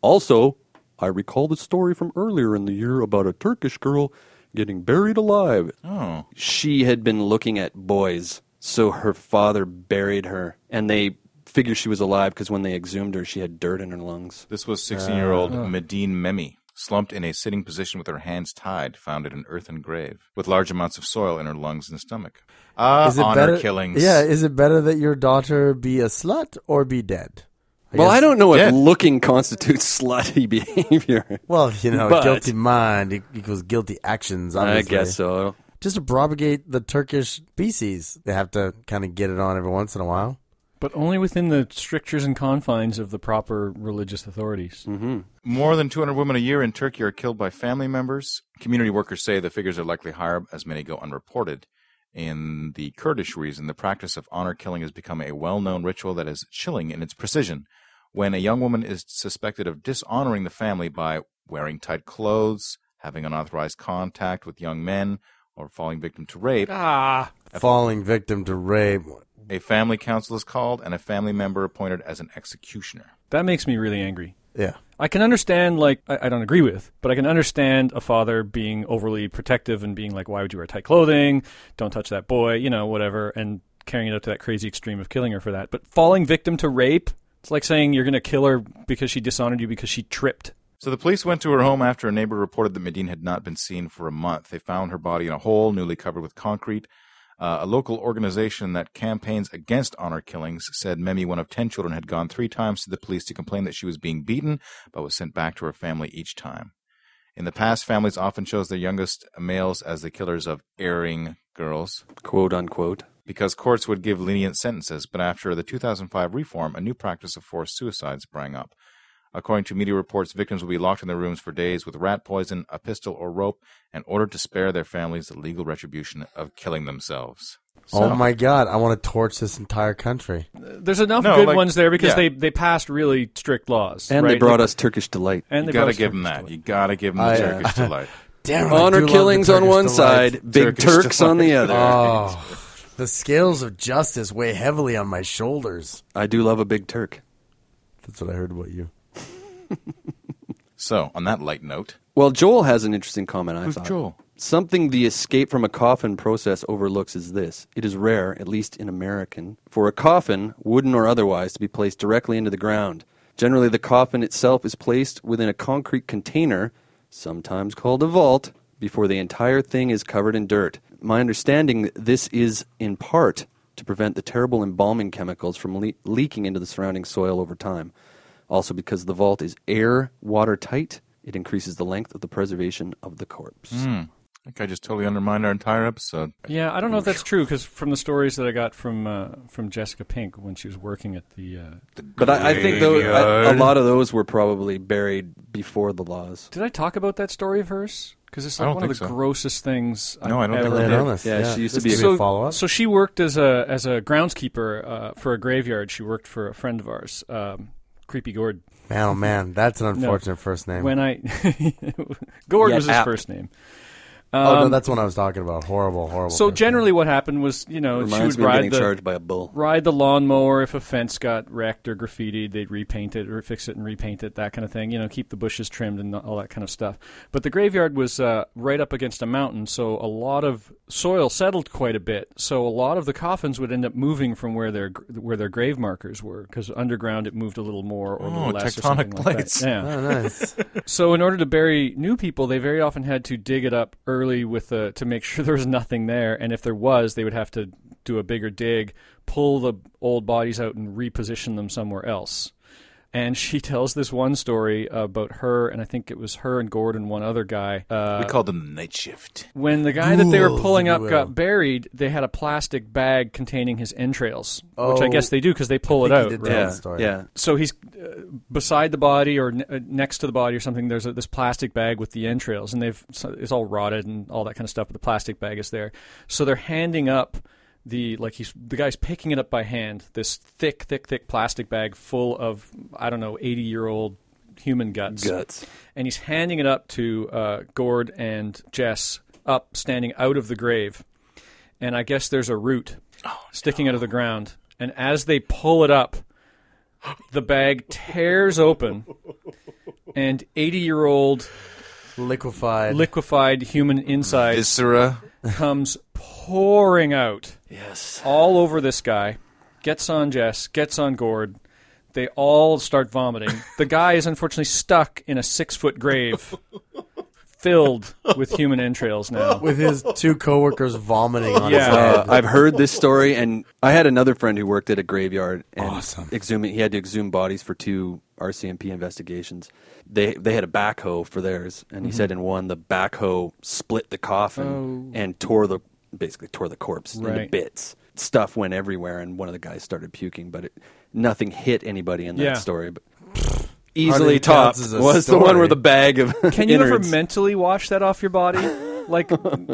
Speaker 4: Also, I recall the story from earlier in the year about a Turkish girl getting buried alive.
Speaker 3: Oh.
Speaker 4: She had been looking at boys, so her father buried her, and they figured she was alive because when they exhumed her, she had dirt in her lungs.
Speaker 3: This was 16 year old Medine Memi, slumped in a sitting position with her hands tied, found in an earthen grave, with large amounts of soil in her lungs and stomach. Ah, honor killings.
Speaker 2: Yeah, is it better that your daughter be a slut or be dead?
Speaker 4: well, I don't know
Speaker 3: dead.
Speaker 4: if looking constitutes slutty behavior.
Speaker 2: Well, you know,
Speaker 4: But-
Speaker 2: guilty mind e- equals guilty actions.
Speaker 4: I
Speaker 2: Obviously.
Speaker 4: guess so.
Speaker 2: Just to propagate the Turkish species, they have to kind of get it on every once in a while.
Speaker 5: But only within the strictures and confines of the proper religious authorities.
Speaker 2: Mm-hmm.
Speaker 3: More than 200 women a year in Turkey are killed by family members. Community workers say the figures are likely higher as many go unreported. In the Kurdish region, the practice of honor killing has become a well known ritual that is chilling in its precision. When a young woman is suspected of dishonoring the family by wearing tight clothes, having unauthorized contact with young men, or falling victim to rape,
Speaker 2: Falling victim to rape.
Speaker 3: a family council is called and a family member appointed as an executioner.
Speaker 5: That makes me really angry.
Speaker 2: Yeah.
Speaker 5: I can understand, like, I, I don't agree with, but I can understand a father being overly protective and being like, why would you wear tight clothing? Don't touch that boy, you know, whatever, and carrying it up to that crazy extreme of killing her for that. But falling victim to rape, it's like saying you're going to kill her because she dishonored you because she tripped.
Speaker 3: So the police went to her home after a neighbor reported that Medine had not been seen for a month. They found her body in a hole, newly covered with concrete. Uh, a local organization that campaigns against honor killings said Memi, one of 10 children, had gone three times to the police to complain that she was being beaten, but was sent back to her family each time. In In the past, families often chose their youngest males as the killers of erring girls
Speaker 4: quote unquote.
Speaker 3: because courts would give lenient sentences, but after the 2005 reform, a new practice of forced suicide sprang up. According to media reports, victims will be locked in their rooms for days with rat poison, a pistol, or rope, and ordered to spare their families the legal retribution of killing themselves.
Speaker 2: oh my god, I want to torch this entire country.
Speaker 5: There's enough
Speaker 3: No,
Speaker 5: good
Speaker 3: like-
Speaker 5: ones there because
Speaker 3: yeah.
Speaker 5: they, they passed really strict laws.
Speaker 4: And they
Speaker 5: right?
Speaker 4: brought
Speaker 5: Like-
Speaker 4: us Turkish delight.
Speaker 5: And
Speaker 3: You
Speaker 5: they
Speaker 3: gotta
Speaker 5: brought us
Speaker 3: give them
Speaker 5: Turkish
Speaker 3: that.
Speaker 5: delight.
Speaker 3: You gotta give them
Speaker 2: I, uh,
Speaker 3: the Turkish delight.
Speaker 2: Damn, it, I do
Speaker 4: Honor
Speaker 2: love the
Speaker 4: killings on
Speaker 2: Turkish
Speaker 4: one
Speaker 2: delight.
Speaker 4: side, big
Speaker 3: Turkish
Speaker 4: Turks on the
Speaker 3: delight.
Speaker 4: other.
Speaker 2: Oh, the scales of justice weigh heavily on my shoulders.
Speaker 4: I do love a big Turk.
Speaker 2: That's what I heard about you.
Speaker 3: So, on that light note,
Speaker 4: Well, Joel has an interesting comment. I
Speaker 3: Who's
Speaker 4: thought
Speaker 3: Joel?
Speaker 4: something the escape from a coffin process overlooks is this: it is rare, at least in American, for a coffin, wooden or otherwise, to be placed directly into the ground. Generally, the coffin itself is placed within a concrete container, sometimes called a vault, before the entire thing is covered in dirt. My understanding, this is in part to prevent the terrible embalming chemicals from le- leaking into the surrounding soil over time. Also, because the vault is air watertight, it increases the length of the preservation of the corpse.
Speaker 3: I think I just totally undermined our entire episode.
Speaker 5: Yeah, I don't know if that's true because from the stories that I got from uh, from Jessica Pink when she was working at the, uh,
Speaker 4: But I, I think though I, a lot of those were probably buried before the laws.
Speaker 5: did I talk about that story of hers? Because it's
Speaker 3: I
Speaker 5: like
Speaker 3: don't
Speaker 5: one of the
Speaker 3: think so.
Speaker 5: grossest things.
Speaker 3: No, I
Speaker 5: I've
Speaker 3: don't think
Speaker 5: ever
Speaker 3: we
Speaker 2: Really
Speaker 3: did.
Speaker 2: honest,
Speaker 4: Yeah, she used to
Speaker 2: This
Speaker 4: be a
Speaker 2: could
Speaker 5: so,
Speaker 2: follow up.
Speaker 5: so she worked as a as a groundskeeper uh, for a graveyard. She worked for a friend of ours, um, Creepy Gord.
Speaker 2: Man, oh man, that's an unfortunate first name.
Speaker 5: When I Gord
Speaker 4: Yet
Speaker 5: was his
Speaker 4: apt.
Speaker 5: first name.
Speaker 2: oh no,
Speaker 5: Um,
Speaker 2: that's what I was talking about. Horrible, horrible.
Speaker 5: so
Speaker 2: first name.
Speaker 5: generally, what happened was you know she
Speaker 4: Reminds
Speaker 5: would
Speaker 4: me of
Speaker 5: ride
Speaker 4: getting
Speaker 5: the
Speaker 4: charged by a bull.
Speaker 5: ride the lawnmower if a fence got wrecked or graffitied they'd repaint it or fix it and repaint it that kind of thing you know keep the bushes trimmed and all that kind of stuff but the graveyard was uh, right up against a mountain so a lot of soil settled quite a bit so a lot of the coffins would end up moving from where their where their grave markers were because underground it moved a little more or a
Speaker 3: Oh,
Speaker 5: little less or
Speaker 3: tectonic
Speaker 5: something like
Speaker 3: plates.
Speaker 5: that yeah
Speaker 2: Oh, nice.
Speaker 5: so in order to bury new people, they very often had to dig it up early with a, to make sure there was nothing there, and if there was, they would have to do a bigger dig, pull the old bodies out, and reposition them somewhere else. And she tells this one story about her, and I think it was her and Gordon, one other guy. Uh,
Speaker 3: we called them the night shift.
Speaker 5: when the guy that they were
Speaker 2: Ghouls,
Speaker 5: pulling
Speaker 2: if
Speaker 5: up
Speaker 2: you will.
Speaker 5: got buried, they had a plastic bag containing his entrails, which I
Speaker 2: Oh,
Speaker 5: guess they do because they pull it
Speaker 2: think you
Speaker 5: out.
Speaker 2: did
Speaker 5: right?
Speaker 2: tell
Speaker 4: Yeah,
Speaker 2: the story.
Speaker 4: yeah.
Speaker 5: so he's uh, beside the body or n- uh, next to the body or something. There's a, this plastic bag with the entrails, and they've so it's all rotted and all that kind of stuff. But the plastic bag is there, so they're handing up the like he's the guy's picking it up by hand. This thick, thick, thick plastic bag full of I don't know eighty year old human guts,
Speaker 4: Guts.
Speaker 5: and he's handing it up to uh, Gord and Jess up standing out of the grave, and I guess there's a root sticking out of the ground, and as they pull it up the bag tears open and 80 year old
Speaker 2: Liquefied.
Speaker 5: liquefied human inside
Speaker 3: Viscera.
Speaker 5: comes pouring out
Speaker 4: Yes.
Speaker 5: all over this guy gets on jess gets on gord they all start vomiting the guy is unfortunately stuck in a six foot grave filled with human entrails now
Speaker 2: with his two coworkers vomiting on his
Speaker 5: Yeah.
Speaker 2: head.
Speaker 4: Uh, I've heard this story, and I had another friend who worked at a graveyard and
Speaker 2: Awesome.
Speaker 4: exhuming. He had to exhume bodies for two RCMP investigations. They they had a backhoe for theirs, and
Speaker 5: Mm-hmm.
Speaker 4: he said in one the backhoe split the coffin and tore the basically tore the corpse into
Speaker 5: Oh. Right.
Speaker 4: bits. Stuff went everywhere, and one of the guys started puking, but it, nothing hit anybody in that
Speaker 5: Yeah.
Speaker 4: story. But
Speaker 2: Hardly
Speaker 4: easily
Speaker 2: counts
Speaker 4: topped
Speaker 2: as
Speaker 4: was
Speaker 2: a
Speaker 4: the one
Speaker 2: story.
Speaker 4: where the bag of
Speaker 5: can you ever
Speaker 4: innards-
Speaker 5: mentally wash that off your body like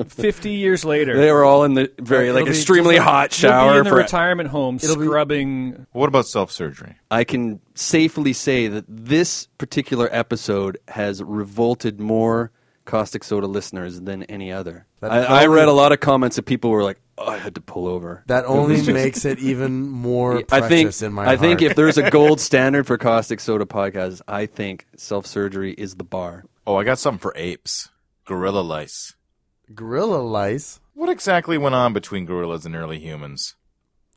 Speaker 5: 50 years later
Speaker 4: They were all in the very
Speaker 2: It'll
Speaker 4: like
Speaker 2: be just
Speaker 4: extremely
Speaker 2: like-
Speaker 4: hot
Speaker 5: You'll
Speaker 4: shower
Speaker 5: be in the
Speaker 4: for
Speaker 5: retirement home
Speaker 2: It'll be-
Speaker 5: scrubbing
Speaker 3: What about self surgery?
Speaker 4: I can safely say that this particular episode has revolted more caustic soda listeners than any other.
Speaker 2: That
Speaker 4: I, I read a lot of comments that people were like, oh, "I had to pull over."
Speaker 2: That only makes it even more
Speaker 4: I
Speaker 2: precious
Speaker 4: think
Speaker 2: in my
Speaker 4: I think
Speaker 2: heart.
Speaker 4: if there's a gold standard for caustic soda podcasts, I think self surgery is the bar.
Speaker 3: Oh, I got something for apes. Gorilla lice.
Speaker 2: gorilla lice.
Speaker 3: What exactly went on between gorillas and early humans?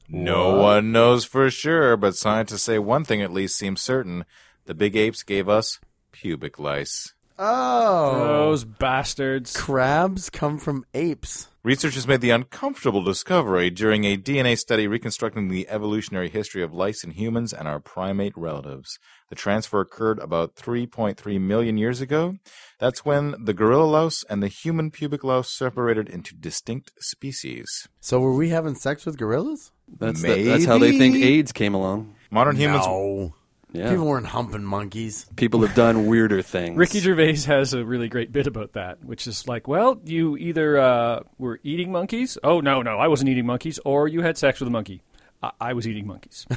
Speaker 3: No one knows for sure, but scientists say one thing at least seems certain. The big apes gave us pubic lice.
Speaker 2: Oh.
Speaker 5: Those bastards.
Speaker 2: Crabs come from apes.
Speaker 3: Researchers made the uncomfortable discovery during a DNA study reconstructing the evolutionary history of lice in humans and our primate relatives. The transfer occurred about 3.3 million years ago. That's when the gorilla louse and the human pubic louse separated into distinct species.
Speaker 2: So were we having sex with gorillas?
Speaker 4: That's, the- that's how they think
Speaker 3: Maybe?
Speaker 4: AIDS came along.
Speaker 3: Modern humans.
Speaker 2: No.
Speaker 4: Yeah.
Speaker 2: People
Speaker 4: People,
Speaker 2: weren't humping monkeys.
Speaker 4: have done weirder things.
Speaker 5: Ricky Gervais has a really great bit about that, which is like, well, you either uh, were eating monkeys. Oh no, no, I wasn't eating monkeys, or you had sex with a monkey. I, I was eating monkeys.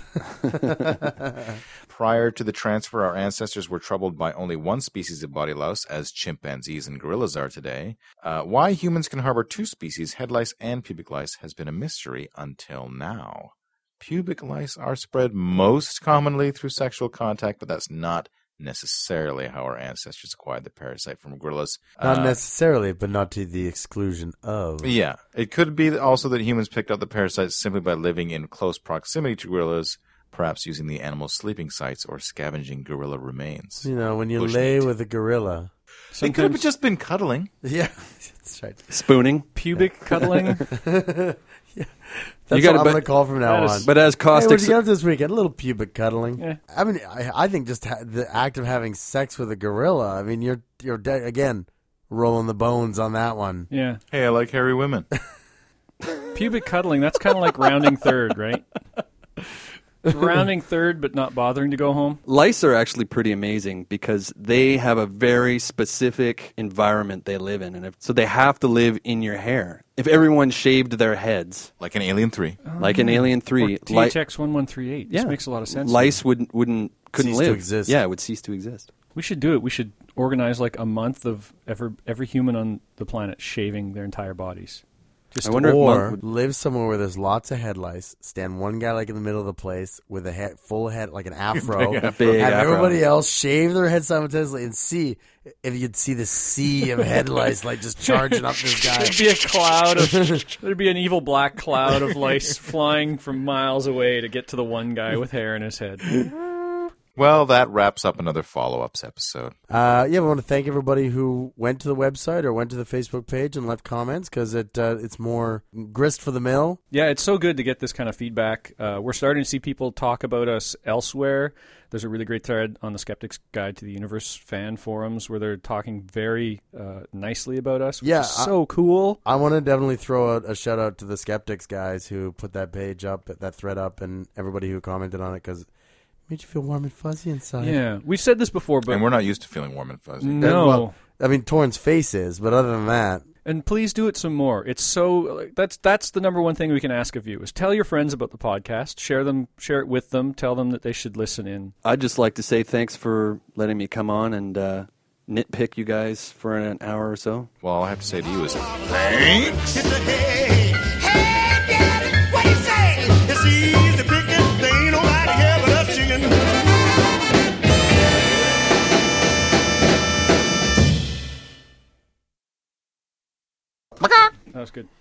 Speaker 3: Prior to the transfer, our ancestors were troubled by only one species of body louse, as chimpanzees and gorillas are today. Uh, why humans can harbor two species, head lice and pubic lice, has been a mystery until now. Pubic lice are spread most commonly through sexual contact, but that's not necessarily how our ancestors acquired the parasite from gorillas.
Speaker 2: Not necessarily, but not to the exclusion of.
Speaker 3: Yeah, it could be that also that humans picked up the parasites simply by living in close proximity to gorillas, perhaps using the animal's sleeping sites or scavenging gorilla remains.
Speaker 2: You know, when you
Speaker 3: Bush
Speaker 2: lay
Speaker 3: meat.
Speaker 2: with a gorilla.
Speaker 3: It could have
Speaker 5: Sometimes
Speaker 3: just been cuddling.
Speaker 2: Yeah, that's right.
Speaker 4: Spooning.
Speaker 5: pubic cuddling.
Speaker 2: That's
Speaker 4: gotta
Speaker 2: what I'm
Speaker 4: bet-
Speaker 2: going to call from now
Speaker 5: That
Speaker 2: on.
Speaker 5: is-
Speaker 4: But as
Speaker 2: Hey,
Speaker 4: caustic,
Speaker 2: what'd you get up to this weekend? A little pubic cuddling.
Speaker 5: Yeah.
Speaker 2: I mean, I, I think just ha- the act of having sex with a gorilla. I mean, you're you're de- again rolling the bones on that one.
Speaker 5: Yeah,
Speaker 3: Hey, I like hairy women.
Speaker 5: pubic cuddling. That's kind of like rounding third, right? It's rounding third, but not bothering to go home.
Speaker 4: lice are actually pretty amazing because they have a very specific environment they live in, and if, so they have to live in your hair. If everyone shaved their heads,
Speaker 3: like an Alien 3.
Speaker 5: Oh,
Speaker 4: like in Alien Three, li-
Speaker 5: THX one one three eight. This makes a lot of sense.
Speaker 4: Lice would wouldn't couldn't
Speaker 2: Cease to
Speaker 4: live.
Speaker 2: exist.
Speaker 4: Yeah, it would cease to exist.
Speaker 5: We should do it. We should organize like a month of every every human on the planet shaving their entire bodies. Just
Speaker 4: I wonder if
Speaker 2: Or
Speaker 4: Monk would,
Speaker 2: live somewhere where there's lots of head lice. Stand one guy like in the middle of the place with a head full head, like an afro.
Speaker 4: Big
Speaker 2: have
Speaker 4: afro.
Speaker 2: everybody else shave their head simultaneously and see if you'd see the sea of head lice like just charging up this guy.
Speaker 5: There'd be a cloud of there'd be an evil black cloud of lice flying from miles away to get to the one guy with hair in his head.
Speaker 3: Well, that wraps up another follow ups episode.
Speaker 2: Uh, yeah, we want to thank everybody who went to the website or went to the Facebook page and left comments because it uh, it's more grist for the mill.
Speaker 5: Yeah, it's so good to get this kind of feedback. Uh, we're starting to see people talk about us elsewhere. There's a really great thread on the Skeptics Guide to the Universe fan forums where they're talking very uh, nicely about us. Which
Speaker 2: Yeah,
Speaker 5: is
Speaker 2: I-
Speaker 5: so cool.
Speaker 2: I want to definitely throw out a shout out to the skeptics guys who put that page up, that thread up, and everybody who commented on it because it made you feel warm and fuzzy inside.
Speaker 5: Yeah, we've said this before, but
Speaker 3: and we're not used to feeling warm and fuzzy.
Speaker 5: no.
Speaker 2: Well, I mean, Torrin's face is, but other than that,
Speaker 5: and please do it some more. It's so like, that's that's the number one thing we can ask of you is tell your friends about the podcast, share them, share it with them, tell them that they should listen in.
Speaker 4: I'd just like to say thanks for letting me come on and uh, nitpick you guys for an hour or so.
Speaker 3: Well, all I have to say to you is
Speaker 7: It's a hey, hey, daddy, what you say? It's easy picking, there ain't nobody here but us chicken.
Speaker 5: That was good.